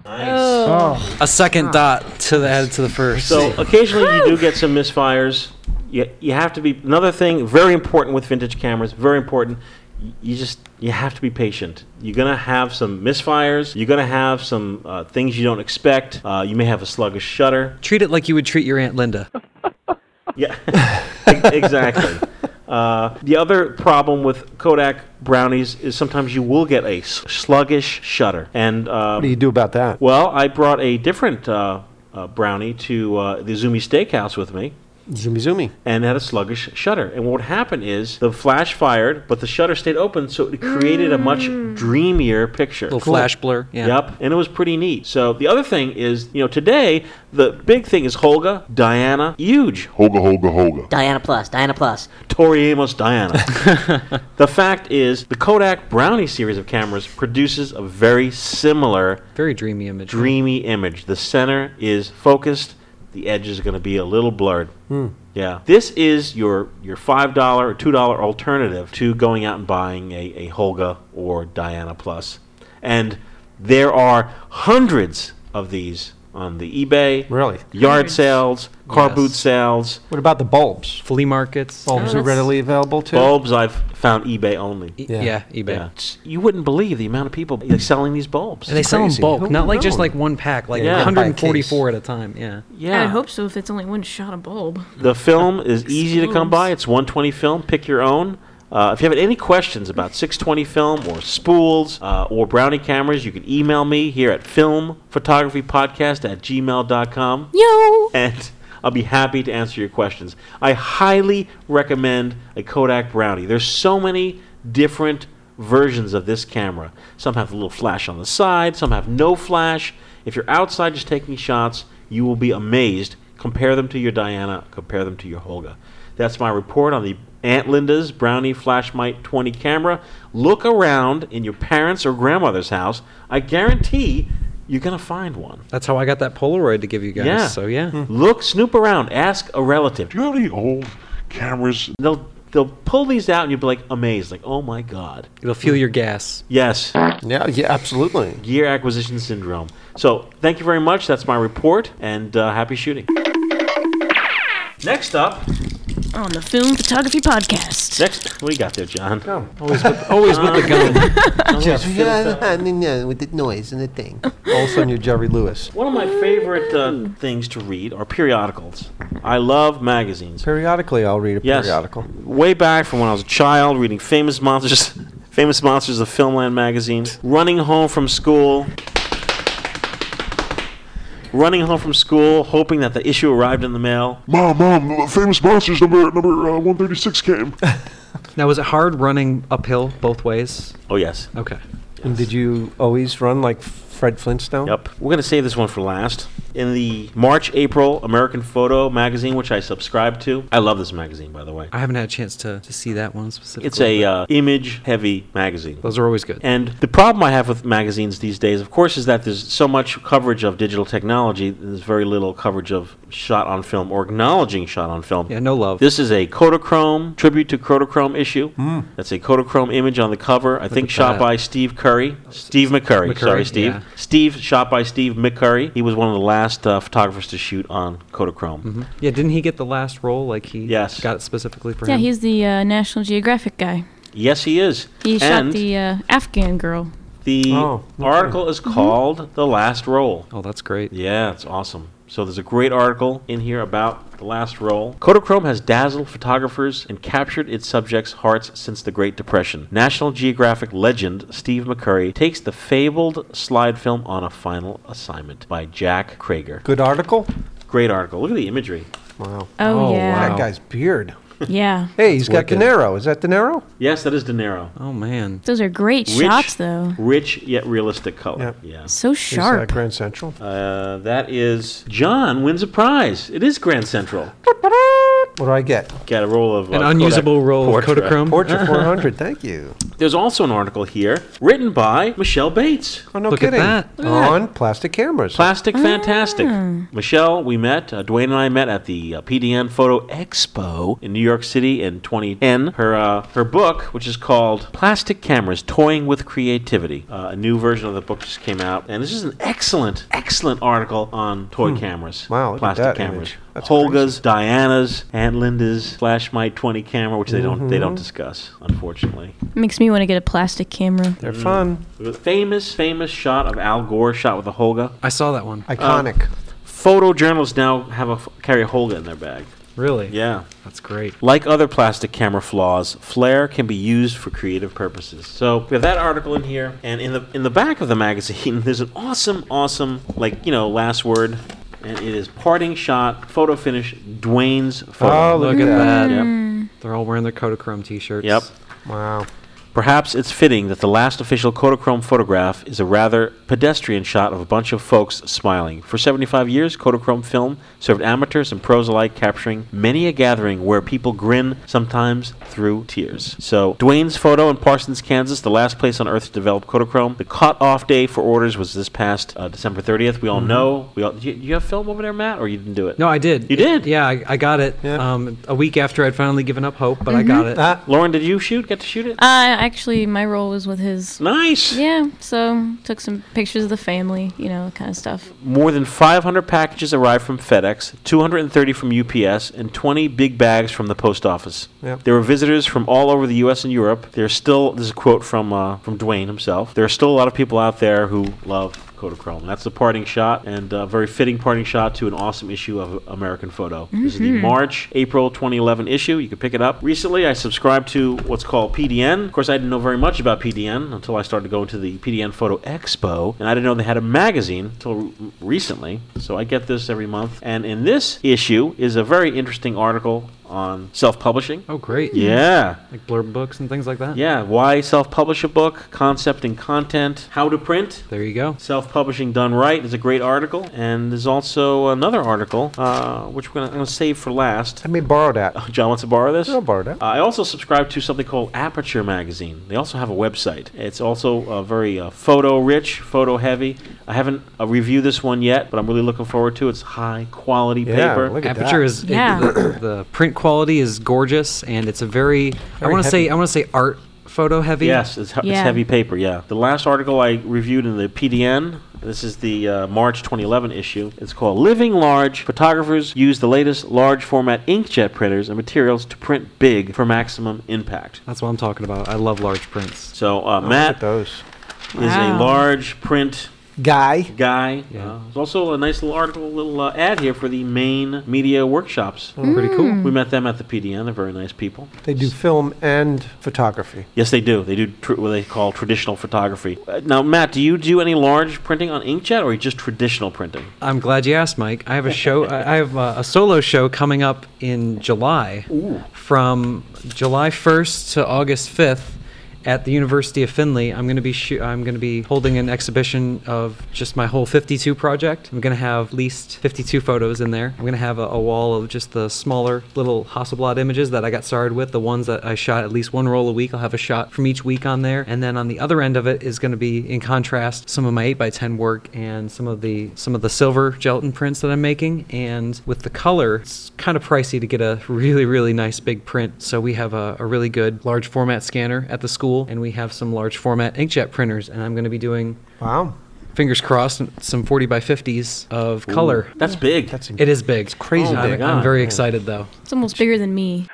Nice.
Oh.
A second dot to the added to the first.
So occasionally you do get some misfires. You, you have to be another thing very important with vintage cameras. Very important. y- You just you have to be patient. You're gonna have some misfires. You're gonna have some uh, things you don't expect. Uh, you may have a sluggish shutter.
treat it like you would treat your aunt Linda.
Yeah, Ex- exactly. Uh, the other problem with Kodak brownies is sometimes you will get a s- sluggish shutter. And um,
What do you do about that?
Well, I brought a different uh, uh, brownie to uh, the Zumi Steakhouse with me.
Zoomy zoomy.
and had a sluggish shutter. And what would happen is the flash fired, but the shutter stayed open, so it created a much dreamier picture.
Little Cool. flash blur, yeah.
Yep. And it was pretty neat. So the other thing is, you know, today the big thing is Holga, Diana, huge.
Holga, Holga, Holga.
Diana Plus, Diana Plus.
Tori Amos Diana. the fact is, the Kodak Brownie series of cameras produces a very similar,
very dreamy image.
Dreamy image. The center is focused. The edge is going to be a little blurred.
Hmm.
Yeah, this is your your five dollar or two dollar alternative to going out and buying a, a Holga or Diana Plus, and there are hundreds of these on the eBay,
really
yard sales, car
Yes.
boot sales.
What about the bulbs?
Flea markets.
Bulbs are readily available too.
Bulbs I've found eBay only.
E, Yeah, eBay.
Yeah. It's- You wouldn't believe the amount of people like, selling these bulbs.
And they sell in
crazy.
bulk,
Who
not
would've
like just
known?
like one pack, like
Yeah. Yeah.
144 at a time. Yeah.
yeah.
I'd hope so if it's only one shot a bulb.
The film is easy to come by. It's 120 film. Pick your own. Uh, if you have any questions about 620 film or spools uh, or brownie cameras, you can email me here at filmphotographypodcast at gmail.com.
Yo!
And I'll be happy to answer your questions. I highly recommend a Kodak Brownie. There's so many different versions of this camera. Some have a little flash on the side, some have no flash. If you're outside just taking shots, you will be amazed. Compare them to your Diana, compare them to your Holga. That's my report on the Aunt Linda's Brownie Flashmite 20 camera. Look around in your parents' or grandmother's house. I guarantee you're going to find one.
That's how I got that Polaroid to give you guys.
Yeah. Hmm.
So yeah.
Look, snoop around, ask a relative.
Do you have any old cameras?
They'll they'll pull these out and you'll be like amazed, like oh my god.
It'll feel your gas.
Yes,
Yeah, yeah, absolutely.
gear acquisition syndrome. So thank you very much. That's my report, and uh, happy shooting. Next up,
On the Film Photography Podcast.
next we got there, John.
Always with, always with the gun.
Jeff, yeah, I mean, yeah, with the noise and the thing. Also, new Jerry Lewis.
One of my favorite uh, things to read are periodicals. I love magazines.
Periodically, I'll read a
Yes.
periodical.
Way back from when I was a child, reading famous monsters, famous monsters of Filmland magazine. Running home from school. Running home from school, hoping that the issue arrived in the mail.
Mom, mom, famous monsters number number uh, 136 came.
Now was it hard running uphill both ways?
Oh yes.
Okay.
And did you always run like Fred Flintstone?
Yep. We're gonna save this one for last. In the March April American Photo magazine, which I subscribe to, I love this magazine by the way.
I haven't had a chance to, to see that one specifically.
It's a
but
uh, image heavy magazine.
those are always good.
And the problem I have with magazines these days, of course, is that there's so much coverage of digital technology, there's very little coverage of shot on film or acknowledging shot on film.
yeah, no love.
This is a Kodachrome tribute to Kodachrome issue. That's a Kodachrome image on the cover. I think
at
shot
that.
by Steve Curry. Steve McCurry.
McCurry,
Sorry, Steve.
yeah.
Steve shot by Steve McCurry. He was one of the last uh, photographers to shoot on Kodachrome.
yeah, didn't he get the last role? Like he
Yes.
got it specifically for
Yeah,
him.
he's the uh, National Geographic guy.
Yes, he is.
He
and
shot the uh, Afghan girl.
the
Oh, okay.
article is called "The Last Roll."
Oh, that's great.
Yeah, it's awesome. So there's a great article in here about the last roll. Kodachrome has dazzled photographers and captured its subjects' hearts since the Great Depression. National Geographic legend Steve McCurry takes the fabled slide film on a final assignment by Jack Krager.
Good article.
Great article. Look at the imagery.
Wow.
Oh,
Oh,
yeah.
That guy's beard.
Yeah.
Hey, he's got De
wicked.
Niro. Is that De Niro?
Yes, that is De Niro.
Oh man.
Those are great
Rich-
shots, though.
Rich yet realistic color.
Yep.
Yeah.
So
He's, uh,
sharp.
Grand Central.
Uh, that is John wins a prize. It is Grand Central.
What do I get?
Got a roll of uh,
An
Kodak
unusable roll of
portrait.
Kodachrome.
Portrait 400. Thank you.
There's also an article here written by Michelle Bates.
Oh, no
Look at
kidding.
that. Look
at
On plastic cameras.
Plastic Fantastic. Michelle, we met, uh, Dwayne and I met at the uh, PDN Photo Expo in New York City in 2010. Her, uh, her book, which is called Plastic Cameras Toying with Creativity, uh, a new version of the book just came out. And this is an excellent, excellent article on toy cameras.
Hmm. Wow, look at
plastic
that
cameras.
image. That's
Holga's, Diana's, Aunt Linda's Flashmite 20 camera, which they don't they
Mm-hmm.
don't discuss, unfortunately.
Makes me want to get a plastic camera.
They're fun.
The famous, famous shot of Al Gore shot with a Holga.
I saw that one.
Iconic.
Photojournalists now have a carry a Holga in their bag.
Really?
Yeah.
That's great.
Like other plastic camera flaws, flare can be used for creative purposes. So we have that article in here, and in the in the back of the magazine, there's an awesome, awesome like you know last word And it is parting shot, photo finish, Dwayne's photo.
Oh, look, at that.
Mm.
Yep.
They're all wearing their Kodachrome t shirts.
Yep.
Wow.
Perhaps it's fitting that the last official Kodachrome photograph is a rather pedestrian shot of a bunch of folks smiling. For 75 years, Kodachrome film served amateurs and pros alike, capturing many a gathering where people grin, sometimes through tears. So, Dwayne's photo in Parsons, Kansas, the last place on earth to develop Kodachrome. The cutoff day for orders was this past uh, December 30th. We all know. We all, do, you, do you have film over there, Matt, or you didn't do it?
No, I did.
You did?
yeah, I, I got it um, a week after I'd finally given up hope, but
Mm-hmm.
I got it.
Lauren, did you shoot? Get to shoot it?
Uh, actually, my role was with his.
Nice.
Yeah, so took some pictures of the family, you know, kind of stuff.
More than 500 packages arrived from FedEx, 230 from UPS, and 20 big bags from the post office.
Yep.
There were visitors from all over the U.S. and Europe. There's still, this is a quote from uh, from Dwayne himself. There are still a lot of people out there who love Kodachrome. That's the parting shot, and a very fitting parting shot to an awesome issue of American Photo. This is the
Mhm.
March, April 2011 issue. You can pick it up. Recently, I subscribed to what's called PDN. Of course, I didn't know very much about PDN until I started going to the PDN Photo Expo, and I didn't know they had a magazine until re- recently. So I get this every month. And in this issue is a very interesting article on self-publishing.
Oh, great.
Yeah.
Like blurb books and things like that.
Yeah, why self publish a book, concept and content, how to print.
There you go.
Self publishing done right is a great article. And there's also another article, uh, which we're gonna, I'm going to save for last. Oh,
I may borrow that.
John wants to borrow this?
I'll borrow that.
I also subscribe to something called Aperture Magazine. They also have a website. It's also uh, very uh, photo rich, photo heavy. I haven't uh, reviewed this one yet, but I'm really looking forward to it. It's high quality paper.
Aperture is it- the, the print quality is gorgeous, and it's a very, I
Very
want to say
heavy.
I want to say art photo heavy.
Yes, it's, he- it's heavy paper. Yeah. The last article I reviewed in the PDN. This is the uh, March 2011 issue. It's called "Living Large: Photographers Use the Latest Large Format Inkjet Printers and Materials to Print Big for Maximum Impact."
That's what I'm talking about. I love large prints.
So uh,
look
Matt
at
is a
Wow.
large print
guy.
Guy. Uh, there's also a nice little article, little uh, ad here for the Maine Media Workshops.
Oh, pretty cool. Mm.
We met them at the PDN. They're very nice people.
They do film and photography.
Yes, they do. They do tr- what they call traditional photography. Uh, now, Matt, do you do any large printing on inkjet, or just traditional printing?
I'm glad you asked, Mike. I have a show. I I have a, a solo show coming up in July, from July 1st to August 5th, at the University of Findlay. I'm going to be shoo- I'm going to be holding an exhibition of just my whole 52 project. I'm going to have at least 52 photos in there. I'm going to have a, a wall of just the smaller little Hasselblad images that I got started with, the ones that I shot at least one roll a week. I'll have a shot from each week on there, and then on the other end of it is going to be in contrast some of my 8x10 work and some of the some of the silver gelatin prints that I'm making. And with the color, it's kind of pricey to get a really really nice big print. So we have a, a really good large format scanner at the school, and we have some large format inkjet printers, and I'm going to be doing.
Wow.
Fingers crossed, some 40 by 50s of
Ooh,
color.
That's big.
That's
it is big. It's
crazy
I'm,
big.
I'm very
Yeah.
excited though.
It's almost bigger than me.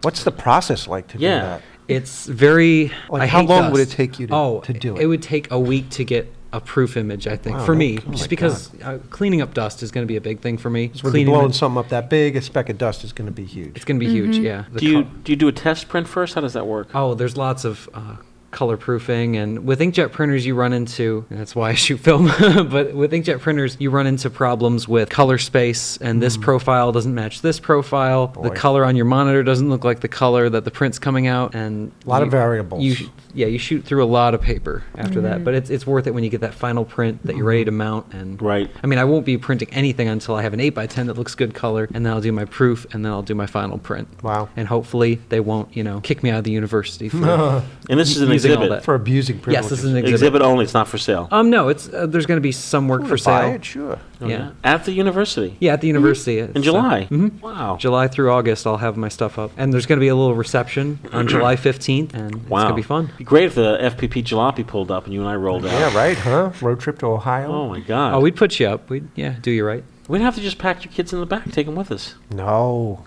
What's the process like to
Yeah.
do that?
It's very.
Like,
I
how
hate
long would
dust.
it take you to-
oh,
to do
It would take a week to get a proof image, I think,
Wow,
for
that-
me,
oh my
just because uh, cleaning up dust is going to be a big thing for me.
When you're
Cleaning
blowing
the-
something up that big, a speck of dust is going to be huge.
it's going to be huge. Yeah. The
Mm-hmm. Do you
co-
do you do a test print first? How does that work?
oh, there's lots of. Uh, color proofing and with inkjet printers you run into and that's why i shoot film but with inkjet printers you run into problems with color space and this profile doesn't match this profile the
Hmm. Boy.
color on your monitor doesn't look like the color that the print's coming out and
A lot of
you-
variables.
you yeah, you shoot through a lot of paper after that,
Mhm.
but it's it's worth it when you get that final print that you're ready to
Mm-hmm.
mount and
Right.
I mean, I won't be printing anything until I have an 8 by 10 that looks good color and then I'll do my proof and then I'll do my final print.
Wow.
And hopefully they won't, you know, kick me out of the university for
And this is an
using all
exhibit.
that.
For
abusing
uh, Yes, this is an exhibit.
Exhibit only. It's not for sale.
Um no, it's uh, there's going to be some work for sale.
sure.
Oh,
Yeah.
At the university.
Yeah, at the university.
Mm-hmm. In July.
Mhm.
Wow.
July through August, I'll have my stuff up. And there's going to be a little reception on July 15th, and it's
Wow.
going to be fun.
Be great if the FPP Jalopy pulled up and you and I rolled out.
Yeah, right, huh? Road trip to Ohio.
Oh my God.
Oh, we'd put you up. We'd, yeah, do you right.
We'd have to just pack your kids in the back, take them with us.
No.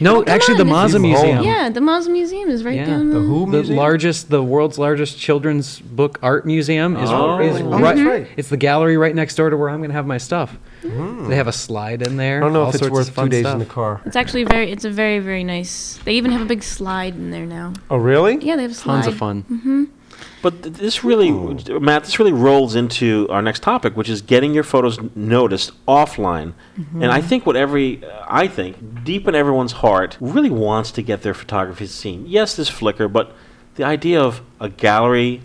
No, actually, the
Come on,
Mazza
this is-
Museum.
Yeah, the Mazza Museum is right down the.
the largest, the world's largest children's book art museum is,
Oh.
is
Oh,
right,
that's
It's the gallery right next door to where I'm going to have my stuff. They have a slide in there.
Hmm. I don't know
all
if it's
sorts of
worth two
fun
days in
stuff.
the car.
It's actually very. It's a very very nice. They even have a big slide in there now.
Oh, really?
Yeah, they have a slide.
Tons of fun.
hmm
But th- this really, Matt, this really rolls into our next topic, which is getting your photos n- noticed offline. And I
Mhm.
think what every, uh, I think, deep in everyone's heart, really wants to get their photography seen. Yes, there's Flickr, but the idea of a gallery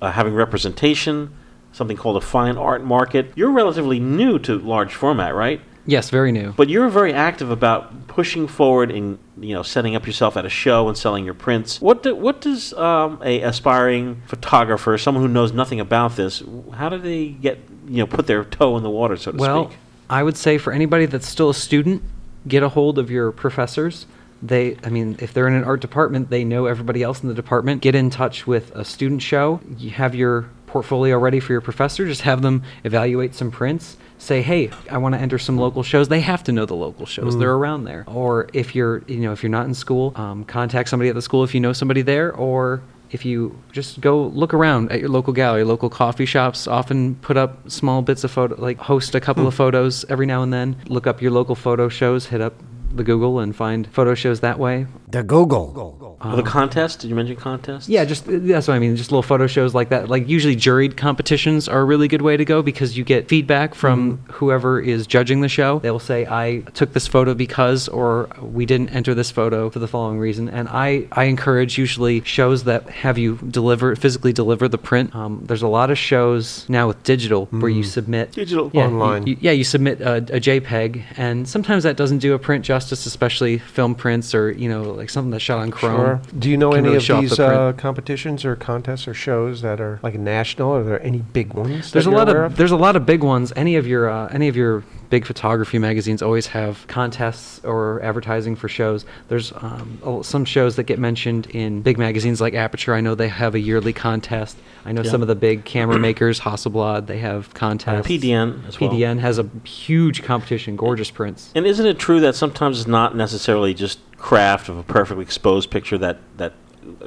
uh, having representation, something called a fine art market. You're relatively new to large format, right?
Yes, very new.
But you're very active about pushing forward and you know setting up yourself at a show and selling your prints. What do, what does um, a aspiring photographer, someone who knows nothing about this, how do they get you know put their toe in the water, so to
well,
speak?
I would say for anybody that's still a student, get a hold of your professors. They, I mean, if they're in an art department, they know everybody else in the department. Get in touch with a student show. You have your portfolio ready for your professor. Just have them evaluate some prints. Say, hey, I want to enter some local shows. They have to know the local shows.
Mm.
They're around there. Or if you're, you know, if you're not in school, um, contact somebody at the school if you know somebody there. Or if you just go look around at your local gallery, local coffee shops often put up small bits of photo, like host a couple of photos every now and then. Look up your local photo shows, hit up the Google and find photo shows that way.
The Google.
Or the contest? Did you mention contest?
um, Yeah, just that's what I mean. Just little photo shows like that. Like usually juried competitions are a really good way to go because you get feedback from
Mm-hmm.
whoever is judging the show. They will say, "I took this photo because," or "We didn't enter this photo for the following reason." And I I encourage usually shows that have you deliver physically deliver the print. Um, there's a lot of shows now with digital where you submit
Mm. Digital
yeah, you-
online.
you- yeah, you submit a, a JPEG, and sometimes that doesn't do a print justice, especially film prints or you know like something that's shot on Chrome.
Sure. Do you know
Can
any
really
of
show off
these
the print.
uh, competitions or contests or shows that are like national? Are there any big ones?
There's
that
a
you're
lot
aware
of there's a lot of big ones. Any of your uh, any of your big photography magazines always have contests or advertising for shows. There's um, a- some shows that get mentioned in big magazines like Aperture. I know they have a yearly contest. I know
Yeah.
some of the big camera makers, Hasselblad, they have contests.
PDN as well.
PDN has a huge competition. Gorgeous prints.
And isn't it true that sometimes it's not necessarily just craft of a perfectly exposed picture that that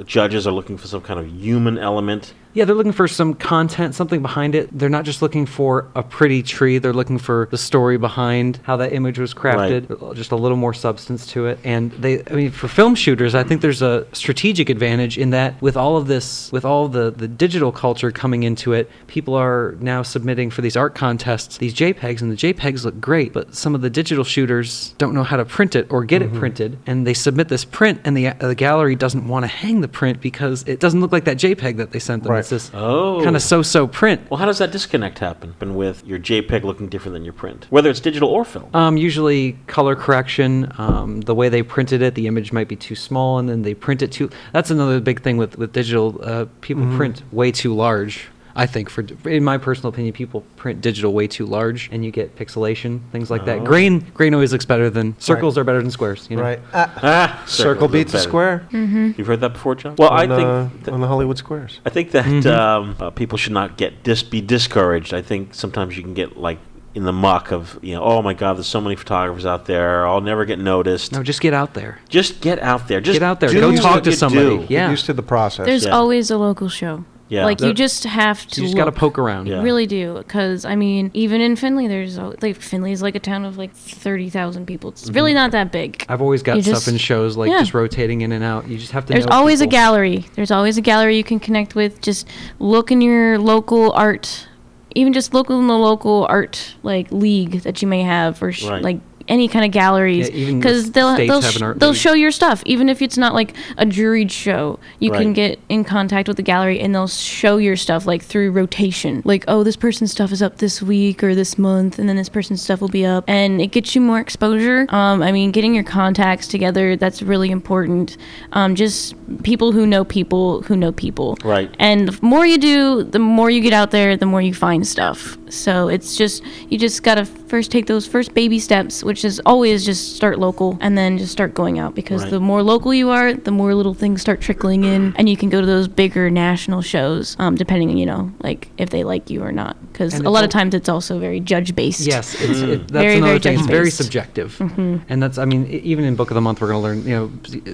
judges are looking for some kind of human element?
Yeah, they're looking for some content, something behind it. They're not just looking for a pretty tree. They're looking for the story behind how that image was crafted, just a little more substance to it. And they, I mean, for film shooters, I think there's a strategic advantage in that with all of this, with all the the digital culture coming into it, people are now submitting for these art contests these JPEGs, and the JPEGs look great, but some of the digital shooters don't know how to print it or get it printed, and they submit this print, and the the gallery doesn't want to hang the print because it doesn't look like that JPEG that they sent them. It's this
Oh.
kind of so-so print.
Well, how does that disconnect happen with your JPEG looking different than your print, whether it's digital or film?
Um, usually color correction, um, the way they printed it, the image might be too small, and then they print it too. That's another big thing with with digital. Uh, people
Mhm.
print way too large. I think, for in my personal opinion, people print digital way too large, and you get pixelation, things like
Oh.
that. Grain grain always looks better than circles are better than squares. You know?
Right.
Ah,
circle
is
beats a
better.
square. Mhm.
You've heard that before, John? Well, I
On, uh,
think
on the Hollywood squares.
I think that
Mm-hmm.
um, uh, people should not get dis- be discouraged. I think sometimes you can get like in the muck of you know, oh my God, there's so many photographers out there. I'll never get noticed.
No, just get out there.
Just get out there. Just
Get out there.
do
Go
what
talk to
you
somebody.
do.
Yeah.
Get used to the process.
There's
Yeah.
always a local show.
Yeah.
Like
There-
you just have to.
You just gotta
look.
poke around.
You
Yeah.
Really do, because I mean, even in Finley, there's al- like Finley is like a town of like thirty thousand people. It's
Mhm.
really not that big.
I've always got
You
stuff
just-
in shows like
yeah.
just rotating in and out. You just have to.
There's
know
always a
people.
gallery. There's always a gallery you can connect with. Just look in your local art, even just look in the local art like league that you may have, or sh-
Right.
like any kind of galleries,
Yeah, even
because
the
they'll
states
they'll
have
sh-
an art
they'll
league.
show your stuff, even if it's not like a juried show. You can
Right.
get in contact with the gallery, and they'll show your stuff like through rotation. Like, oh, this person's stuff is up this week or this month, and then this person's stuff will be up, and it gets you more exposure. Um, I mean, getting your contacts together that's really important. Um, just people who know people who know people.
Right.
And the more you do, the more you get out there, the more you find stuff. So it's just, you just gotta first take those first baby steps, which is always just start local and then just start going out because
Right.
the more local you are, the more little things start trickling in and you can go to those bigger national shows, um, depending on, you know, like if they like you or not. Because
And
a
it's
lot
al-
of times it's also very judge based.
Yes, it's, it,
Mm.
that's another thing. It's very subjective,
Mhm.
and that's I mean, e- even in Book of the Month, we're going to learn. You know,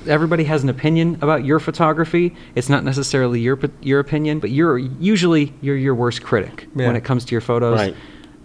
everybody has an opinion about your photography. It's not necessarily your p- your opinion, but you're usually you're your worst critic
Yeah.
when it comes to your photos.
Right.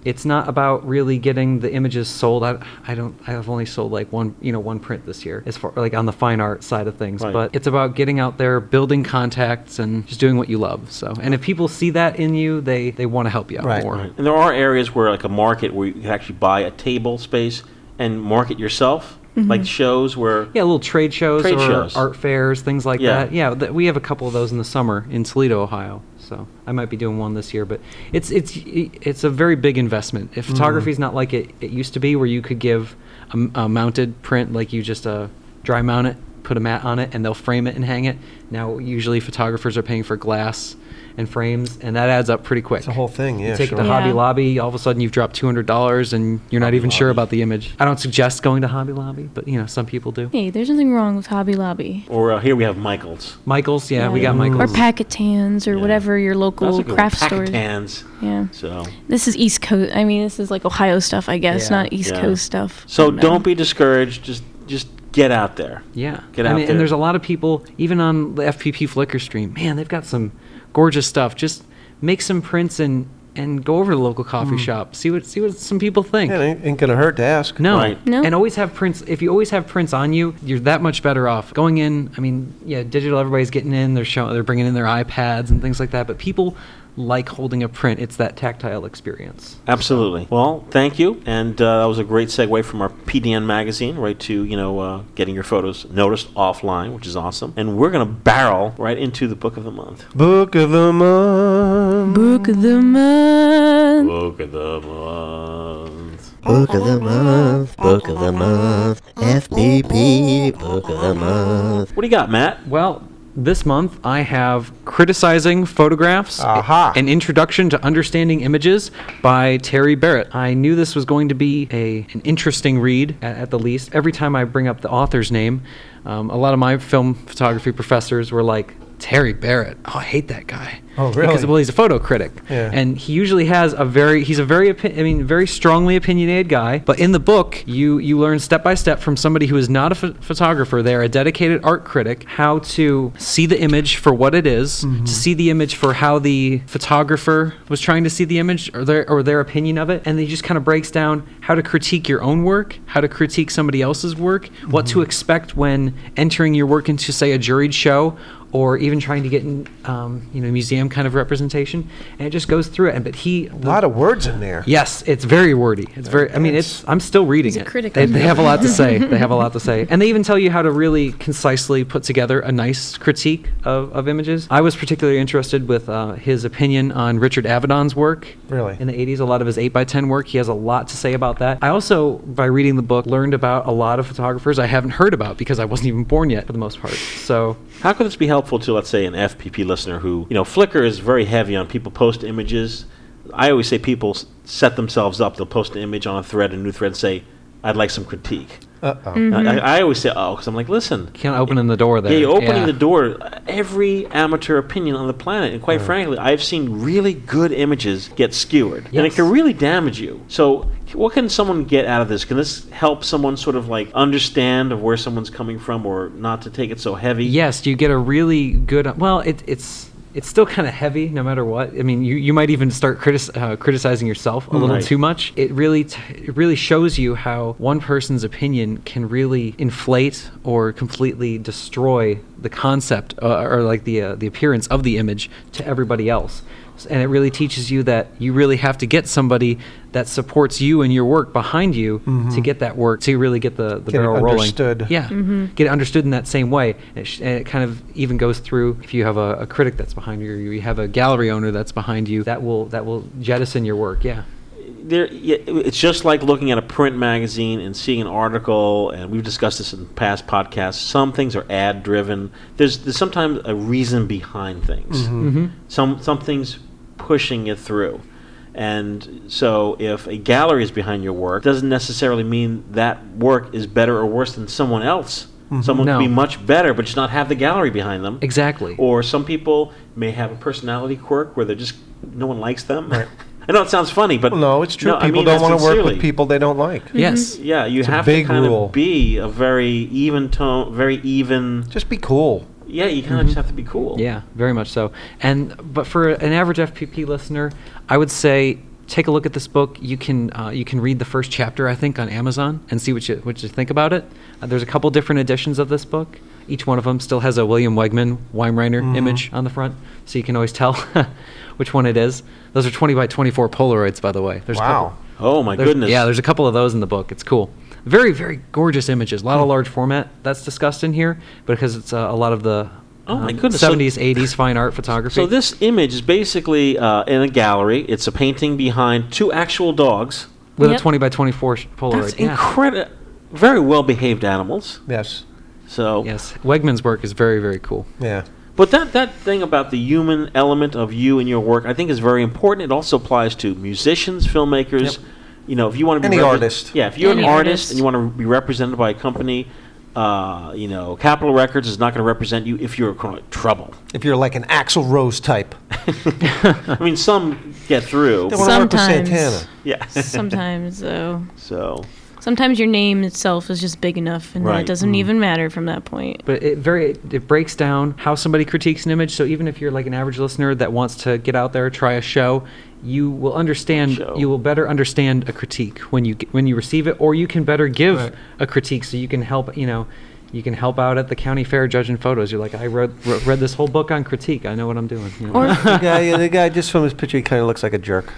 It's not about really getting the images sold. I, I don't. I've only sold like one, you know, one print this year, as far like on the fine art side of things.
Right.
But it's about getting out there, building contacts, and just doing what you love. So, and if people see that in you, they they want to help you out more.
And there are areas where, like a market, where you can actually buy a table space and market yourself, like
Mhm.
shows where.
Yeah, little trade shows
Trade
or
shows.
art fairs, things like
Yeah.
that. Yeah, th- we have a couple of those in the summer in Toledo, Ohio. So I might be doing one this year, but it's it's it's a very big investment. If
Mm-hmm.
photography is not like it, it used to be, where you could give a, m- a mounted print, like you just uh, dry mount it, put a mat on it, and they'll frame it and hang it. Now usually photographers are paying for glass and frames, and that adds up pretty quick. It's a
whole thing.
You
yeah,
take it to
sure.
Hobby
Yeah.
Lobby, all of a sudden you've dropped two hundred dollars, and you're not even sure about the image. I don't suggest going to Hobby Lobby, but you know some people do.
Hey, there's nothing wrong with Hobby Lobby.
Or uh, here we have Michaels.
Michaels, yeah, we got
Or
Michaels.
Packetans or whatever your
That's
local
a good one,
craft stores.
Packetans.
Yeah.
So.
This is East Coast. I mean, this is like Ohio stuff, I guess,
Yeah.
not East
Yeah.
Coast stuff.
So
No.
don't be discouraged. Just just get out there.
Yeah,
Get
I
out
mean,
there.
and there's a lot of people, even on the FPP Flickr stream. Man, they've got some gorgeous stuff. Just make some prints and and go over to the local coffee
Mm.
shop. See what see what some people think.
Yeah, it ain't, ain't gonna hurt to ask.
No.
Right.
no, and always have prints. If you always have prints on you, you're that much better off. Going in, I mean, yeah, digital. Everybody's getting in. They're showing. They're bringing in their iPads and things like that. But people like holding a print. It's that tactile experience.
Absolutely. Well, thank you, and uh, that was a great segue from our PDN magazine right to you know uh, getting your photos noticed offline, which is awesome. And we're gonna barrel right into the book of the month.
Book of the month.
Book of the month.
Book of the month.
Book of the month, book of the month, FPP book of the month.
What do you got, Matt?
Well, this month I have Criticizing Photographs
Aha.
An Introduction to Understanding Images by Terry Barrett. I knew this was going to be a, an interesting read, at, at the least. Every time I bring up the author's name, um, a lot of my film photography professors were like, Terry Barrett. Oh, I hate that guy.
Oh,
Because,
really?
well, he's a photo critic,
Yeah.
and he usually has a very he's a very opi- I mean very strongly opinionated guy. But in the book, you you learn step by step from somebody who is not a ph- photographer. They are a dedicated art critic how to see the image for what it is, to see the image for how the photographer was trying to see the image or their or their opinion of it, and he just kind of breaks down how to critique your own work, how to critique somebody else's work, what to expect when entering your work into say a juried show or even trying to get in, um, you know, museum kind of representation, and it just goes through it. And but he,
A lot of words in there.
yes, it's very wordy. It's very. I mean, it's. I'm still reading
He's a
it.
critic.
They, they have a lot to say. They have a lot to say, and they even tell you how to really concisely put together a nice critique of, of images. I was particularly interested with uh, his opinion on Richard Avedon's work.
Really?
In the 80s, a lot of his 8x10 work. He has a lot to say about that. I also, by reading the book, learned about a lot of photographers I haven't heard about because I wasn't even born yet for the most part. So
How could this be helpful to, let's say, an FPP listener who, you know, Flickr is very heavy on people post images. I always say people s- set themselves up. They'll post an image on a thread, a new thread, and say, I'd like some critique.
Uh-oh.
And I, I always say, oh, because I'm like, listen.
Kind of opening the door there.
Yeah, you're opening
Yeah.
the door. Every amateur opinion on the planet, and quite frankly, I've seen really good images get skewered, and it
Yes.
can really damage you. So, what can someone get out of this? Can this help someone sort of like understand of where someone's coming from, or not to take it so heavy?
Yes, you get a really good. Well, it, it's it's still kind of heavy, no matter what. I mean, you, you might even start critic, uh, criticizing yourself a little
Right.
too much. It really t- it really shows you how one person's opinion can really inflate or completely destroy the concept uh, or like the uh, the appearance of the image to everybody else. S- And it really teaches you that you really have to get somebody that supports you and your work behind you
Mm-hmm.
to
Mhm.
get that work to really get the, the
Get it
barrel rolling.
understood.
Yeah,
Mhm.
get it understood in that same way. And it, sh- and it kind of even goes through if you have a, a critic that's behind you, or you have a gallery owner that's behind you, that will that will jettison your work. Yeah.
there, yeah, it's just like looking at a print magazine and seeing an article, and we've discussed this in past podcasts. Some things are ad driven. There's, there's sometimes a reason behind things.
Mhm. Mhm.
Some some things pushing it through, and so if a gallery is behind your work, doesn't necessarily mean that work is better or worse than someone else.
Mhm.
Someone
No.
could be much better, but just not have the gallery behind them.
Exactly.
Or some people may have a personality quirk where they're just no one likes them. I know it sounds funny, but
No, it's true.
no, I
people
mean that
don't want to work with
sincerely.
people they don't like.
Yes.
Yeah, you
It's a
have to
big
kind
rule.
of be a very even tone, very even.
Just mm-hmm. be cool.
Yeah, you kind of just have to be cool.
Yeah, very much so. And but for an average FPP listener, I would say take a look at this book. You can uh, you can read the first chapter, I think, on Amazon and see what you what you think about it. Uh, there's a couple different editions of this book. Each one of them still has a William Wegman Weimaraner
Mm-hmm.
Mhm.
image on the front, so you can always tell which one it is. Those are 20 by 24 Polaroids, by the way. There's a
Wow.
couple-
Oh, my
there's-
goodness.
Yeah, there's a couple of those in the book. It's cool. Very very gorgeous images. A lot
Hmm.
of large format that's discussed in here because it's uh, a lot of the
Oh, my
um,
goodness. So-
70s 80s fine art photography.
So this image is basically uh, in a gallery. It's a painting behind two actual dogs
with a 20 by 24 sh- Polaroid.
That's
yeah.
incredible. Very well behaved animals.
Yes.
So
yes, Wegman's work is very very cool.
Yeah.
But that that thing about the human element of you and your work, I think, is very important. It also applies to musicians, filmmakers. You know, if you want to be
Any
repre-
artist.
yeah. If you're
Any
an artist,
artist.
and you want to be represented by a company, uh, you know, Capitol Records is not going to represent you if you're quote, trouble.
If you're like an Axl Rose type.
I mean, some get through.
They wanna work with Sometimes. Santana.
Yeah.
sometimes though.
So.
Sometimes your name itself is just big enough, and then
Right.
it doesn't
Mm.
even matter from that point.
But it very it breaks down how somebody critiques an image. So even if you're like an average listener that wants to get out there try a show, you will understand. You will better understand a critique when you g- when you receive it, or you can better give
Right.
a critique. So you can help. You know, you can help out at the county fair judging photos. You're like, I read re- read this whole book on critique. I know what I'm doing. you know?
the, guy, yeah, the guy just from his picture, he kind of looks like a jerk.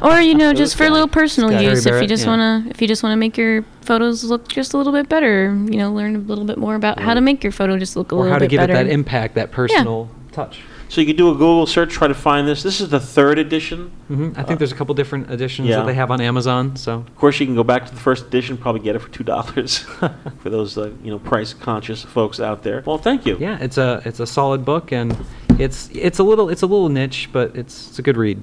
or you know, just for a little personal
Scott.
use,
Barry
if you
Barrett,
just
yeah.
wanna, if you just wanna make your photos look just a little bit better, you know, learn a little bit more about how to make your photo just look a
or
little
how to
bit
give
better.
it that impact, that personal touch.
So you can do a Google search, try to find this. This is the third edition.
hmm I think there's a couple different editions
yeah.
that they have on Amazon. So
Of course, you can go back to the first edition, probably get it for two dollars for those uh, you know price conscious folks out there. Well, thank you.
yeah, it's a it's a solid book, and it's it's a little it's a little niche, but it's it's a good read.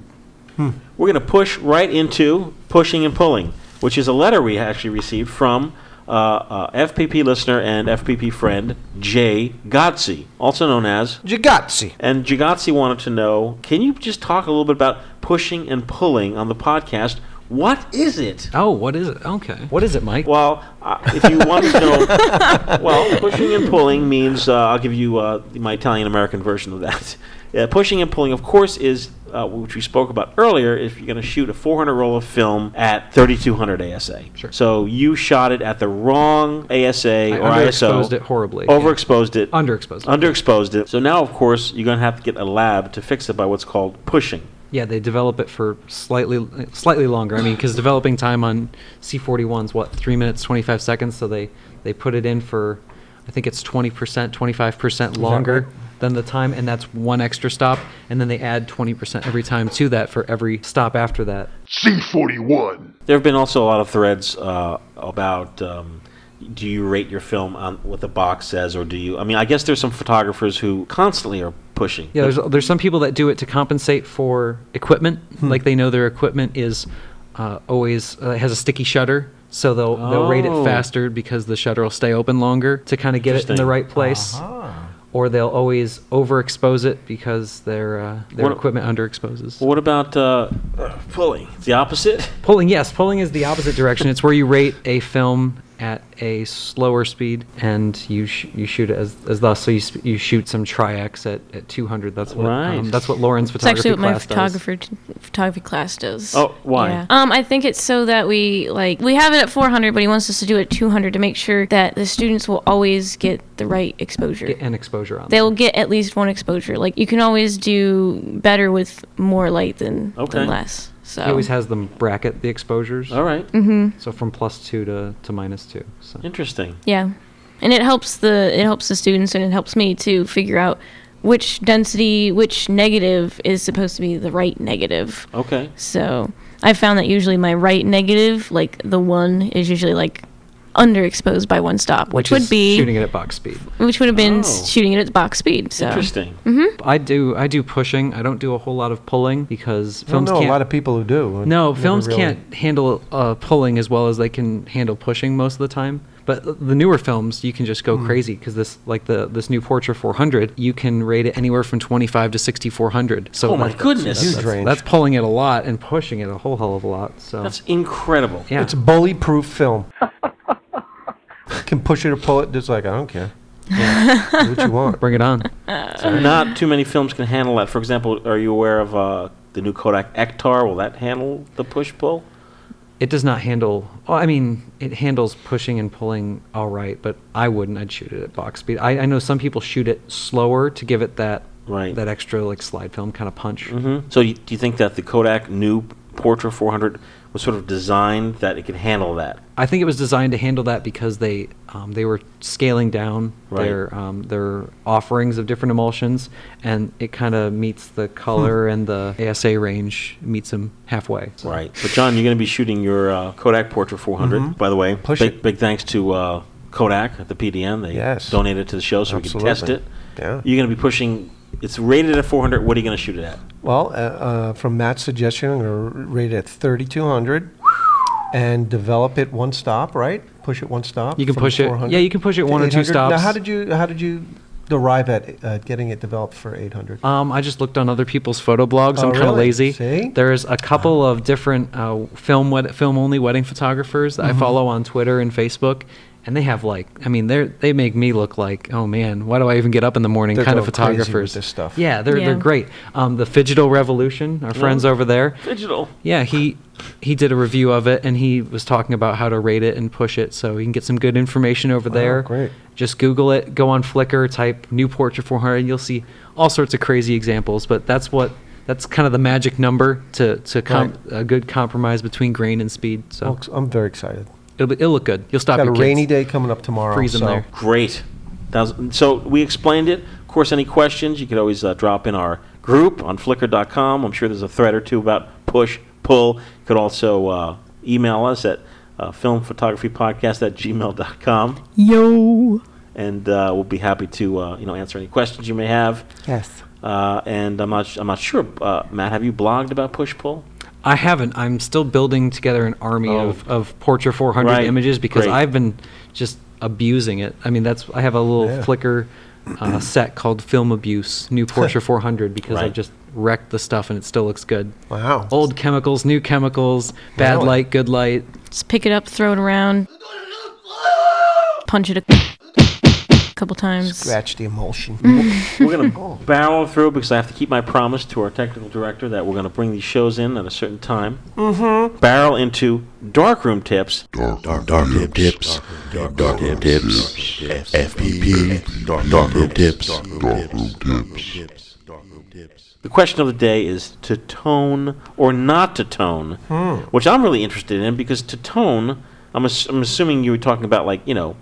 We're going to push right into pushing and pulling, which is a letter we actually received from uh, uh, FPP listener and FPP friend Jay Gotzi, also known as
Jagotzi.
And Jagotzi wanted to know, can you just talk a little bit about pushing and pulling on the podcast? What is it?
Oh, what is it? Okay, what is it, Mike?
Well, uh, if you want to know, well, pushing and pulling means uh, I'll give you uh, my Italian American version of that. Uh, pushing and pulling, of course, is uh, which we spoke about earlier. If you're going to shoot a 400 roll of film at 3200 ASA, sure. so you shot it at the wrong ASA
I
or ISO,
underexposed it horribly, yeah.
overexposed it,
Underexposed it.
underexposed it. So now, of course, you're going to have to get a lab to fix it by what's called pushing.
Yeah, they develop it for slightly slightly longer. I mean, because developing time on C41 is what three minutes twenty five seconds, so they they put it in for I think it's twenty percent, twenty five percent
that
longer
right?
than the time, and that's one extra stop, and then they add twenty percent every time to that for every stop after that.
C41.
There have been also a lot of threads uh, about um, do you rate your film on what the box says, or do you? I mean, I guess there's some photographers who constantly are pushing.
Yeah, there's, there's some people that do it to compensate for equipment. Like they know their equipment is uh, always uh, has a sticky shutter, so they'll they'll rate it
Oh.
faster because the shutter will stay open longer to kind of get it in the
Interesting.
right place. Or they'll always overexpose it because their uh, their
What-
equipment underexposes.
What about uh, pulling? It's the opposite.
Pulling, yes, pulling is the opposite direction. It's where you rate a film at a slower speed and you sh- you shoot it as, as thus. So you sp- you shoot some triax at, at 200. That's what
Right.
um, that's what Lauren's
It's actually
photography
what my
class does.
photographer t- photography class does.
Oh, why?
Um, I think it's so that we like we have it at 400, but he wants us to do it at 200 to make sure that the students will always get the right exposure.
Get an exposure on.
They'll get at least one exposure. Like you can always do better with more light than,
Okay.
than less. So
He always has them bracket the exposures.
Oh.
All
right.
Mhm.
So from plus two to, to minus two. So
interesting.
Yeah, and it helps the it helps the students and it helps me to figure out which density, which negative is supposed to be the right negative.
Okay.
So I found that usually my right negative, like the one, is usually like underexposed by one stop, which, would be
shooting it at box speed.
which would have been
Oh.
shooting it at box speed. So
Interesting.
hmm
I do I do pushing. I don't do a whole lot of pulling because
I don't
films
know a
can't.
lot of people who do.
no,
Never
films
really-
can't handle uh, pulling as well as they can handle pushing most of the time. But the newer films, you can just go
Hmm.
Mm.
crazy because this, like the this new Portra 400, you can rate it anywhere from 25 to 6400. So
Oh my
that's-
goodness.
that's,
Huge
that's,
range.
that's pulling it a lot and pushing it a whole hell of a lot. So
That's incredible.
Yeah.
It's bully-proof film. Can push it or pull it, just like I don't care. Do what you want.
Bring it on.
So not too many films can handle that. For example, are you aware of uh, The new Kodak Ektar, will that handle the push pull?
It does not handle. Well, I mean, it handles pushing and pulling all right, but I wouldn't. I'd shoot it at box speed. I, I know some people shoot it slower to give it that
Right.
that extra like slide film kind of punch.
Mm-hmm. So you, do you think that the Kodak new Portra 400 was sort of designed that it could handle that?
I think it was designed to handle that because they um, they were scaling down
Right.
their um, their offerings of different emulsions, and it kind of meets the color and the ASA range meets them halfway. So.
Hmm. Right. But John, you're going to be shooting your uh, Kodak Portra 400.
Mm-hmm.
Mhm.
By the way,
Push
big, big thanks to uh, Kodak at the PDN. They
Yes.
donated to the show so we could test it.
Absolutely. Yeah.
You're going to be pushing. It's rated at 400. What are you going to shoot it at?
Well, uh, uh, from Matt's suggestion, I'm going to rate it at 3,200 and develop it one stop. Right? Push it one stop.
You can
from
push it-
400
yeah, you can push it
to
one or two
800. Now,
stops.
how did you how did you derive at uh, getting it developed for 800?
Um, I just looked on other people's photo blogs.
Oh,
I'm kind of
really?
lazy.
See?
There's a couple of different uh, film wed- film only wedding photographers that
Mhm.
I follow on Twitter and Facebook, and they have like, I mean, they they make me look like, oh man, why do I even get up in the morning?
They're
kind of
going crazy with
photographers.
this stuff.
Yeah, they're
Yeah.
they're great. Um, the Fidgetal Revolution, our friends
Oh.
over there.
Fidgetal.
Yeah, he he did a review of it, and he was talking about how to rate it and push it, so you can get some good information over
Wow,
there.
great.
Just Google it, go on Flickr, type new portrait 400, and you'll see all sorts of crazy examples. But that's what that's kind of the magic number to to com- a good compromise between grain and speed. So
Well, I'm very excited.
it'll, be, it'll look good. You'll stop
Got a
your
rainy
kids.
day coming up tomorrow.
Freeze 'em
so-
there.
Great. That was- so we explained it. Of course, any questions, you could always uh, drop in our group on flickr.com. I'm sure there's a thread or two about push, pull. You could also uh, email us at uh, filmphotographypodcast at gmail.com.
Yo.
And uh, we'll be happy to uh, you know answer any questions you may have.
Yes.
Uh, and I'm not sh- I'm not sure, uh, Matt. Have you blogged about push pull?
I haven't. I'm still building together an army
Oh.
of, of Portra 400
Right,
images because
great.
I've been just abusing it. I mean, that's I have a little
Yeah.
Flickr uh, set called Film Abuse New Portra 400 because I
Right.
just wrecked the stuff and it still looks good.
Wow.
Old chemicals, new chemicals, bad
Really?
light, good light.
Just pick it up, throw it around, punch it a couple times.
Scratch the emulsion.
Mm-hmm.
we're going to barrel through because I have to keep my promise to our technical director that we're going to bring these shows in at a certain time.
Mm-hmm.
barrel into darkroom tips.
Dark, dark, dark tip tips. Dark, dark tip tips. FPP. Dark, dark tip tips. Dark tips.
The question of the day is to tone or not to tone,
Hmm.
which I'm really interested in because to tone, I'm, ass- I'm assuming you were talking about like you know,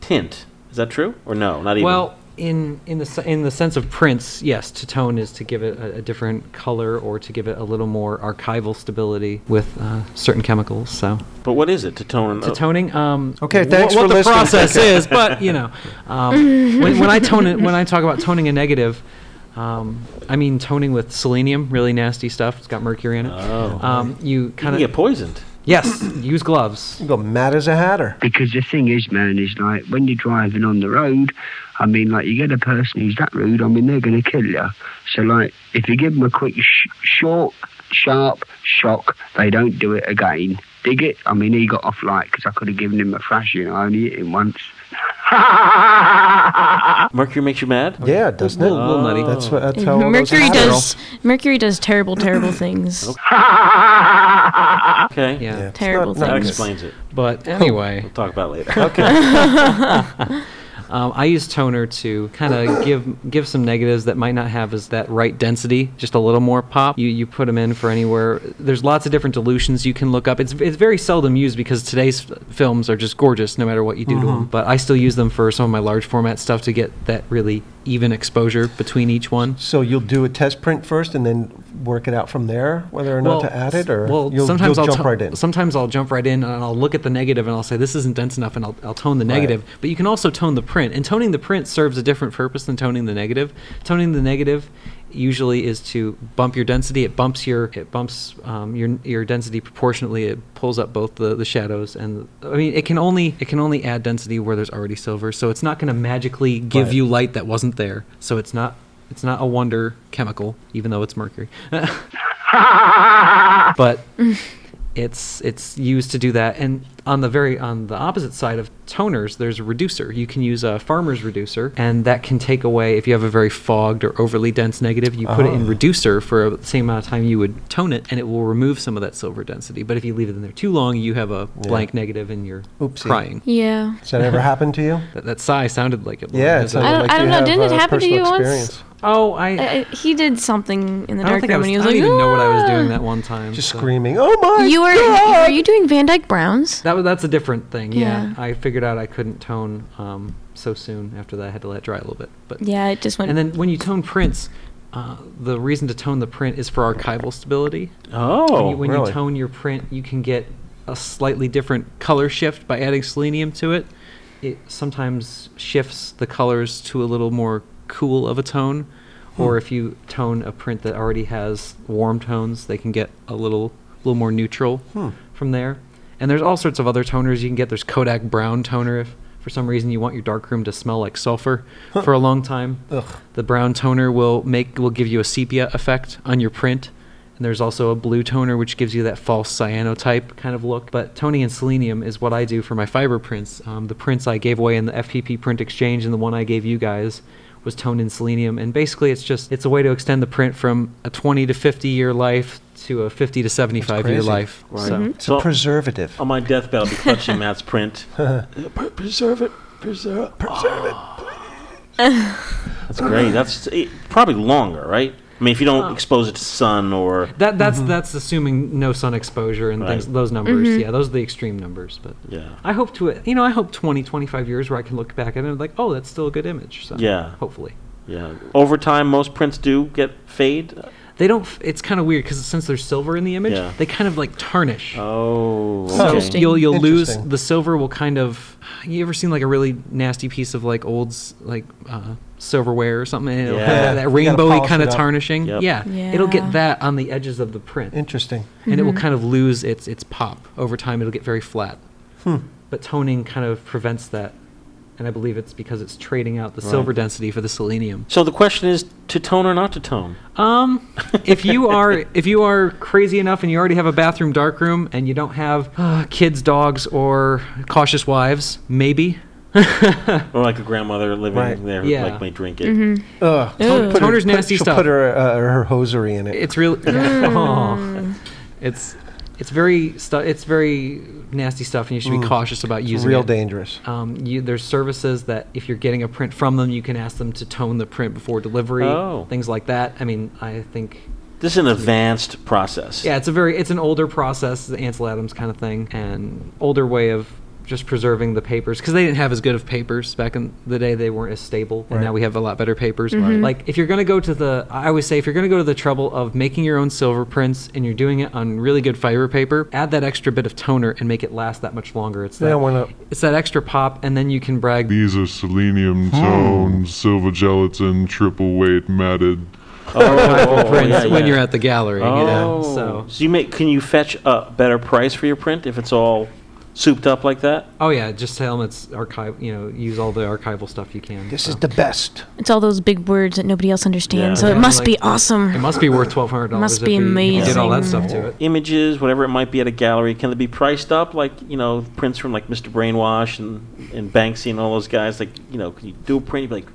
tint. Is that true or no? Not even.
Well, in in the se- in the sense of prints, yes, to tone is to give it a, a different color or to give it a little more archival stability with uh, certain chemicals. So.
but what is it to tone?
to toning. Um,
Okay,
wh-
thanks
what
for
the
listening.
process
Okay.
is, but you know, um, when, when I tone it, when I talk about toning a negative, um, I mean toning with selenium, really nasty stuff. It's got mercury in it.
Oh.
um, you kind of
get poisoned.
Yes, use gloves.
You go mad as a hatter.
Because the thing is, man, is like when you're driving on the road, I mean, like you get a person who's that rude, I mean, they're going to kill you. So, like, if you give them a quick, sh- short, sharp shock, they don't do it again. Dig it? I mean, he got off light because I could have given him a thrashing. I only hit him once.
Ah.
Mercury makes you mad.
Yeah, doesn't it?
little nutty.
That's what. That's how all those
Oh, Mercury
hatter-
does Mercury does terrible, terrible things.
Okay.
Ah. Yeah. Yeah.
Terrible
It's not-
That
not
explains it.
But anyway,
we'll talk about it later.
um, I use toner to kind of give give some negatives that might not have as that right density, just a little more pop. You you put them in for anywhere. There's lots of different dilutions you can look up. It's it's very seldom used because today's f- films are just gorgeous no matter what you do to them.
Mhm.
But I still use them for some of my large format stuff to get that really even exposure between each one.
So you'll do a test print first, and then work it out from there, whether or not to add it, or
well,
you'll,
sometimes
you'll
I'll
jump
to-
right in.
Sometimes I'll jump right in and I'll look at the negative and I'll say this isn't dense enough, and I'll, I'll tone the
Right.
negative. But you can also tone the print, and toning the print serves a different purpose than toning the negative. Toning the negative usually is to bump your density. It bumps your it bumps um, your your density proportionately. It pulls up both the, the shadows and I mean it can only it can only add density where there's already silver, so it's not going to magically give
Right.
you light that wasn't there. So it's not. It's not a
Mm.
wonder chemical, even though it's mercury. but It's it's used to do that. And on the very on the opposite side of toners, there's a reducer. You can use a farmer's reducer, and that can take away if you have a very fogged or overly dense negative. You put it in
Oh.
reducer for the same amount of time you would tone it, and it will remove some of that silver density. But if you leave it in there too long, you have a blank negative, and you're
Oopsie.
crying.
Yeah.
Has that ever happened to you?
That, that sigh sounded like it. Lauren.
Yeah, it
Is
sounded
I don't, I don't know. Didn't it happen to you once?
Oh, I,
He did something in the
I don't
dark
think I
room,
was.
and
I
he
don't
was like,
even know what I was doing
"Ah."
that one time. Just
screaming. Oh my!
You were. Were you doing Van Dyke Browns?
That was. That's a different thing. Yeah.
Yeah.
I figured out I couldn't tone um, so soon. After that, I had to let it dry a little bit. But
Yeah, it just went-
And then when you tone prints, uh, the reason to tone the print is for archival stability.
Oh,
When you, when
really?
you tone your print, you can get a slightly different color shift by adding selenium to it. It sometimes shifts the colors to a little more cool of a tone. Or
Hmm.
if you tone a print that already has warm tones, they can get a little little more neutral
Hmm.
from there. And there's all sorts of other toners you can get. There's Kodak Brown toner if for some reason you want your darkroom to smell like sulfur for a long time.
Ugh.
The brown toner will make will give you a sepia effect on your print. And there's also a blue toner which gives you that false cyanotype kind of look. But toning and selenium is what I do for my fiber prints. Um, the prints I gave away in the FPP print exchange and the one I gave you guys was toned in selenium. And basically, it's just it's a way to extend the print from a 20 to 50 year life to a 50 to 75 year
Crazy.
life.
Right.
So.
It's a preservative.
On my deathbed, I'll be clutching Matt's print.
preserve it. Preserve, preserve
That's great. That's it, probably longer, right? I mean, if you
Oh.
don't expose it to sun or
That that's that's assuming no sun exposure and things,
Mm-hmm. Right.
those numbers.
Mhm.
Yeah, those are the extreme numbers. But
yeah,
I hope to you know I hope 20, 25 years where I can look back at it and be like, oh, that's still a good image. So
yeah,
hopefully.
yeah. Over time, most prints do get fade.
They don't. f- It's kind of weird because since there's silver in the image,
Yeah.
they kind of like tarnish.
Oh,
So
okay.
you'll you'll lose
Interesting.
the silver. Will kind of. You ever seen like a really nasty piece of like old s- like uh, silverware or something? And it'll have
Yeah.
that, that
You gotta
rainbowy
polish
kind
it
of
up.
tarnishing.
Yep.
Yeah. it'll
Yeah.
get that on the edges of the print.
Interesting.
and it will
Mhm.
kind of lose its its pop over time. It'll get very flat.
Hmm.
But toning kind of prevents that, and I believe it's because it's trading out the
Right.
silver density for the selenium.
So the question is, to tone or not to tone?
Um, if you are if you are crazy enough and you already have a bathroom darkroom and you don't have uh, kids, dogs, or cautious wives, maybe.
Or like a grandmother living
Right.
there,
Yeah.
like may drink it.
Mhm.
Ugh.
Ton-
She'll put her-
toner's
put-
nasty
she'll
stuff.
Put her uh, her hosiery in it.
It's really. Aw. It's it's very stu- it's very nasty stuff, and you should be
Mm.
cautious about
It's
using
real
it.
dangerous.
Um, you, there's services that if you're getting a print from them, you can ask them to tone the print before delivery.
Oh.
Things like that. I mean, I think.
This is an advanced process.
Yeah, it's a very it's an older process, the Ansel Adams kind of thing, and older way of just preserving the papers because they didn't have as good of papers back in the day. They weren't as stable, and
Right.
now we have a lot better papers.
Right.
Like if you're gonna go to the, I always say if you're gonna go to the trouble of making your own silver prints and you're doing it on really good fiber paper, add that extra bit of toner and make it last that much longer. It's
They
that
don't wanna-
it's that extra pop, and then you can brag.
These are selenium toned, silver gelatin, triple weight matted.
Archival prints when you're at the gallery. you know,
Oh.
so.
you make? Can you fetch a better price for your print if it's all souped up like that?
Oh yeah, just tell them it's archive. You know, use all the archival stuff you can.
This
so.
is the best.
It's all those big words that nobody else understands, so
Yeah,
it must
like-
be awesome.
It must be worth twelve hundred dollars.
Must be amazing.
did all that stuff to it.
Images, whatever it might be at a gallery, can they be priced up like you know prints from like Mr. Brainwash and and Banksy and all those guys? Like you know, can you do a print? You'd be like,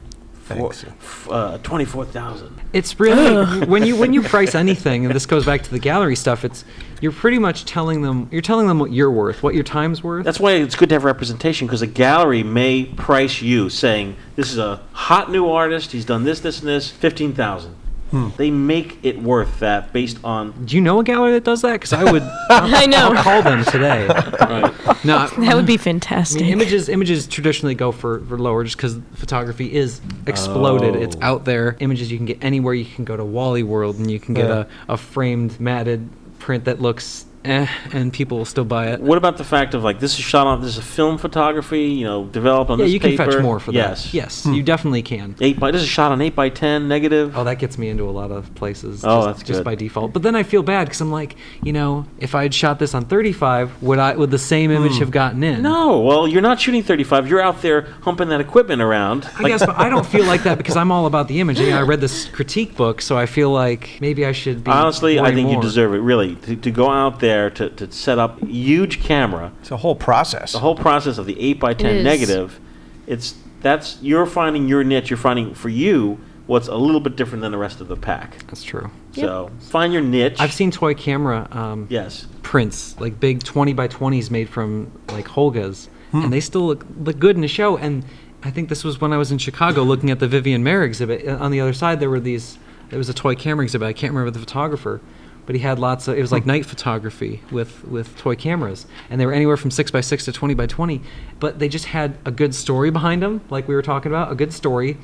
four, f- uh, twenty four thousand.
It's really when you when you price anything, and this goes back to the gallery stuff. It's you're pretty much telling them you're telling them what you're worth, what your time's worth.
That's why it's good to have representation because a gallery may price you saying, "This is a hot new artist. He's done this, this, and this. Fifteen thousand.
Hmm.
They make it worth that based on.
Do you know a gallery that does that? Because I would. I'll-
I know.
I'll call them today. No, I-
That would be
I
fantastic.
mean, images images traditionally go for, for lower just because photography is exploded. It's
Oh.
out there. Images you can get anywhere. You can go to Wally World and you can get
Yeah.
a, a framed matted print that looks eh, and people will still buy it.
What about the fact of like this is shot on this is film photography, you know, developed on
yeah,
this
you
paper?
can fetch more for
yes. Hmm.
that. Yes, you definitely can.
Eight by this is shot on eight by ten negative.
Oh, that gets me into a lot of places.
Oh,
just,
that's
just
good.
by default. But then I feel bad because I'm like, you know, if I had shot this on 35, would I would the same image
Hmm.
have gotten in?
No, well, you're not shooting 35. You're out there humping that equipment around.
I guess, but I don't feel like that because I'm all about the image. You know, I read this critique book, so I feel like maybe I should be.
Honestly, I
worrying
think you
more.
deserve it. Really, to, to go out there to, to set up huge camera.
It's a whole process.
The whole process of the eight by ten
is.
negative. It's that's you're finding your niche. You're finding for you what's a little bit different than the rest of the pack.
That's true.
So find your niche.
I've seen toy camera um,
yes
prints, like big 20 by 20s made from like Holgas, and they still look, look good in a show. And I think this was when I was in Chicago looking at the Vivian Mayer exhibit. Uh, On the other side, there were these, there was a toy camera exhibit. I can't remember the photographer, but he had lots of, it was like night photography with, with toy cameras. And they were anywhere from 6 by 6 to 20 by 20, but they just had a good story behind them, like we were talking about, a good story.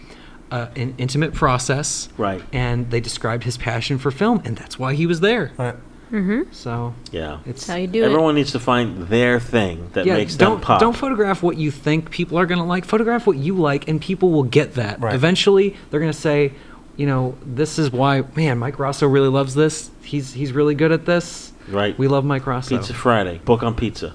Uh, an intimate process,
right?
And they described his passion for film, and that's why he was there. Right.
Mm-hmm.
So
yeah,
it's
how you do it.
Everyone needs to find their thing that makes
don't,
them pop.
Don't photograph what you think people are going to like. Photograph what you like, and people will get that. Eventually, they're going to say, you know, this is why, man, Mike Rosso really loves this. He's he's really good at this.
Right.
We love Mike Rosso.
Pizza Friday. Book on pizza.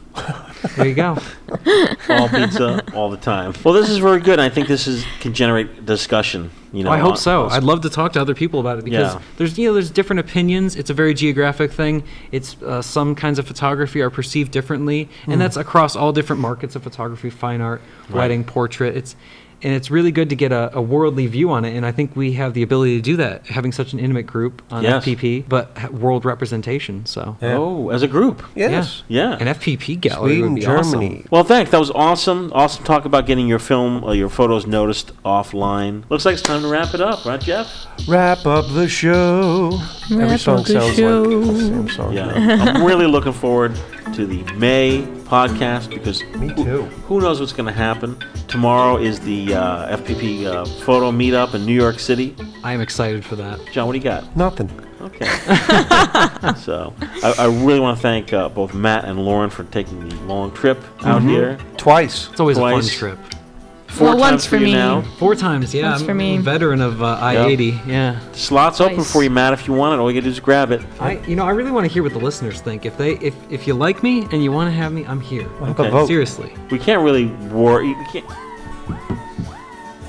There you go.
all pizza all the time. Well, this is very good. I think this is can generate discussion. You know,
I hope
on-
so. I'd love to talk to other people about it because
Yeah.
there's you know there's different opinions. It's a very geographic thing. It's uh, some kinds of photography are perceived differently,
Mhm.
Mm.
and that's across all different markets of photography, fine art,
Right.
wedding, portrait. It's and it's really good to get a, a worldly view on it, and I think we have the ability to do that, having such an intimate group on
Yes.
FPP, but ha- world representation. So
Yeah. Oh, as a group.
Yes.
yeah,
an FPP gallery would be awesome.
Well, thanks. That was awesome. Awesome talk about getting your film, uh, your photos noticed offline. Looks like it's time to wrap it up, right, Jeff?
Wrap up the show. Every
Wrap
song
up the
sounds
show.
like the same song.
Yeah, I'm really looking forward to the May podcast because me
too.
Who knows what's going to happen? Tomorrow is the uh, FPP uh, photo meetup in New York City.
I am excited for that.
John, what do you got?
Nothing.
Okay. so I, I really want to thank uh, both Matt and Lauren for taking the long trip out
Mm-hmm.
Mhm.
here.
Twice.
It's always a fun
Twice.
trip.
Four Well, times once for for you me. now.
Four times, yeah.
Once
I'm
for me.
a veteran of uh, I
Yeah.
eighty. Yeah.
Slots open for you, Matt. If you want it, all you gotta do is grab it.
I, you know, I really want to hear what the listeners think. If they, if, if you like me and you want to have me, I'm here.
Okay.
Oh.
vote.
Seriously.
We can't really worry. We can't,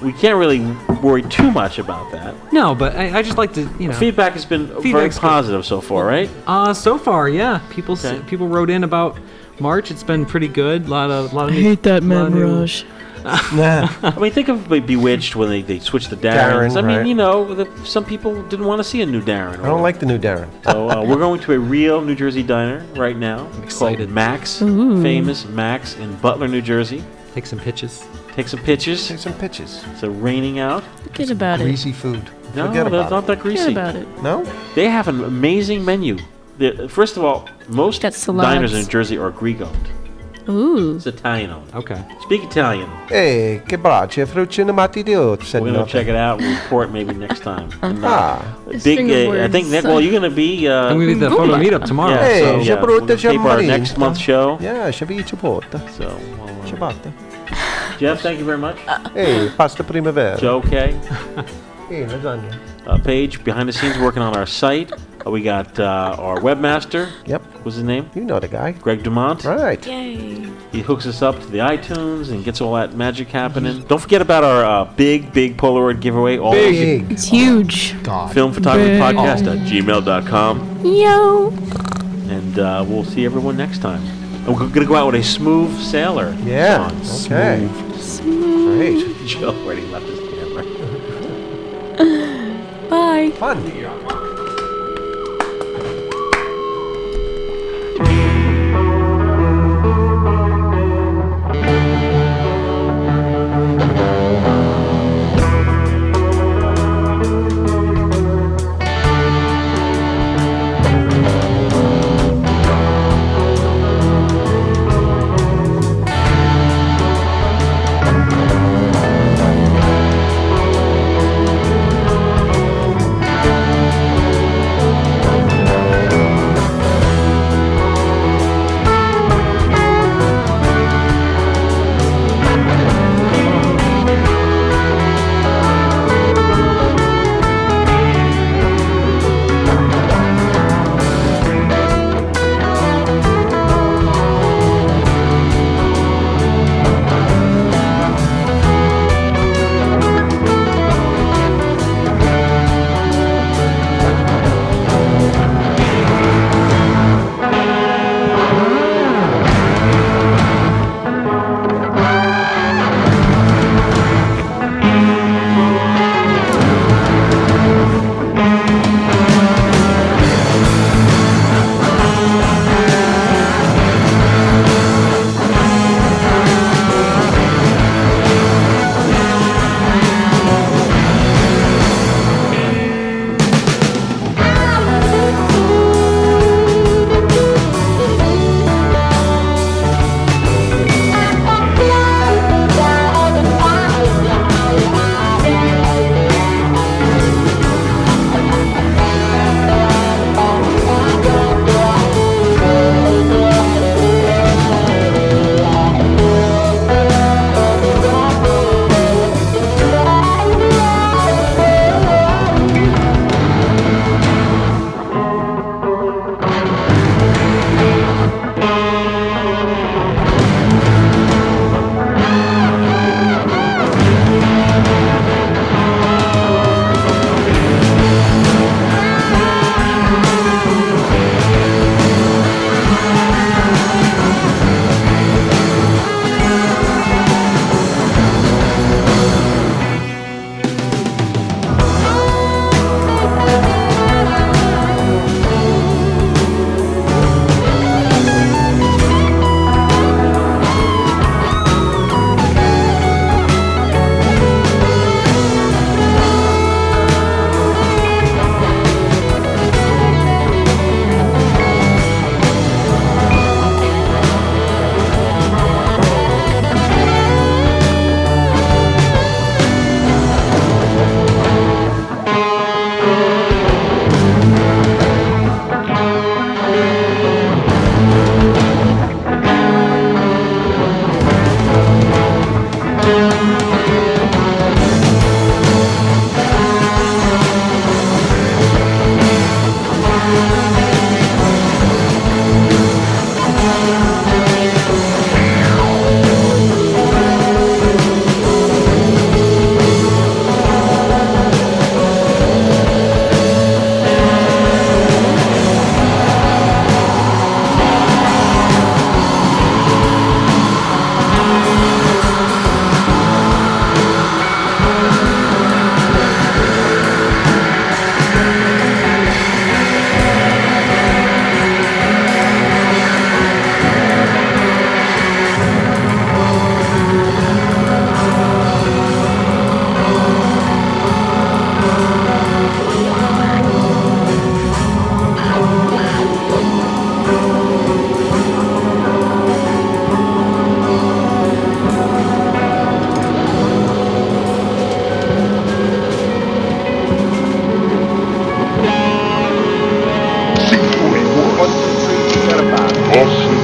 we can't really worry too much about that.
No, but I, I just like to, you know.
Feedback has been very
Feedback's good.
positive so far, right?
Uh, so far, yeah. People, s people wrote in about March. It's been pretty good. A lot of, lot of.
I hate that man rush.
I mean, think of like, Bewitched when they, they switched the Darrens.
Darren,
I mean,
right.
you know, the, some people didn't want to see a new Darren.
I don't like the new Darren.
So uh, we're going to a real New Jersey diner right now. Called Max,
Ooh.
famous Max in Butler, New Jersey.
Take some pitches.
Take some pitches. Take
some pitches.
It's a raining out.
Forget about it.
Greasy food.
No,
Forget
that's
about
not
it.
that greasy.
about it.
No?
They have an amazing menu. The- first of all, most diners in New Jersey are Greek owned.
Ooh.
It's Italian owned.
Uh,
Okay.
Speak Italian.
Hey, che brace, fruccine matti di oat, said
We're gonna
nothing.
check it out and report maybe next time. And, uh,
Ah.
I
This
think,
string of
uh, I think
words.
that, well, you're gonna be. Uh,
I'm gonna be at the photo meetup tomorrow,
Yeah,
Hey,
so, yeah, we're
Ciabarotta,
gonna tape our
ciabarotta.
next month's show.
Yeah, Chevy Ciabarotta.
So, well, uh,
Ciabatta.
Jeff, thank you very much.
Hey, pasta primavera.
Joe K.
Hey, lasagna.
Uh, Paige, behind the scenes, working on our site. Uh, we got uh, our webmaster.
Yep.
What's his name?
You know the guy.
Greg Dumont.
Right.
Yay.
He hooks us up to the iTunes and gets all that magic happening.
Mm-hmm.
Don't forget about our uh, big, big Polaroid giveaway. All
Big.
It's huge.
God.
Film photography
Big.
podcast at gmail.com.
Yo.
And uh, we'll see everyone next time. And we're going to go out with a smooth sailor.
Yeah. Okay.
Smooth. Great. Joe already left his camera.
Bye.
Fun.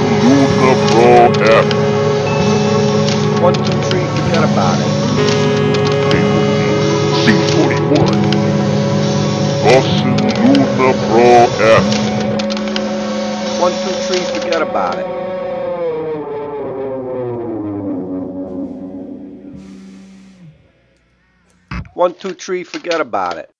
Ossaluna Pro F.
One, two, three, forget about it.
C41. Ossaluna Pro F.
One, two, three, forget about it. One, two, three, forget about it.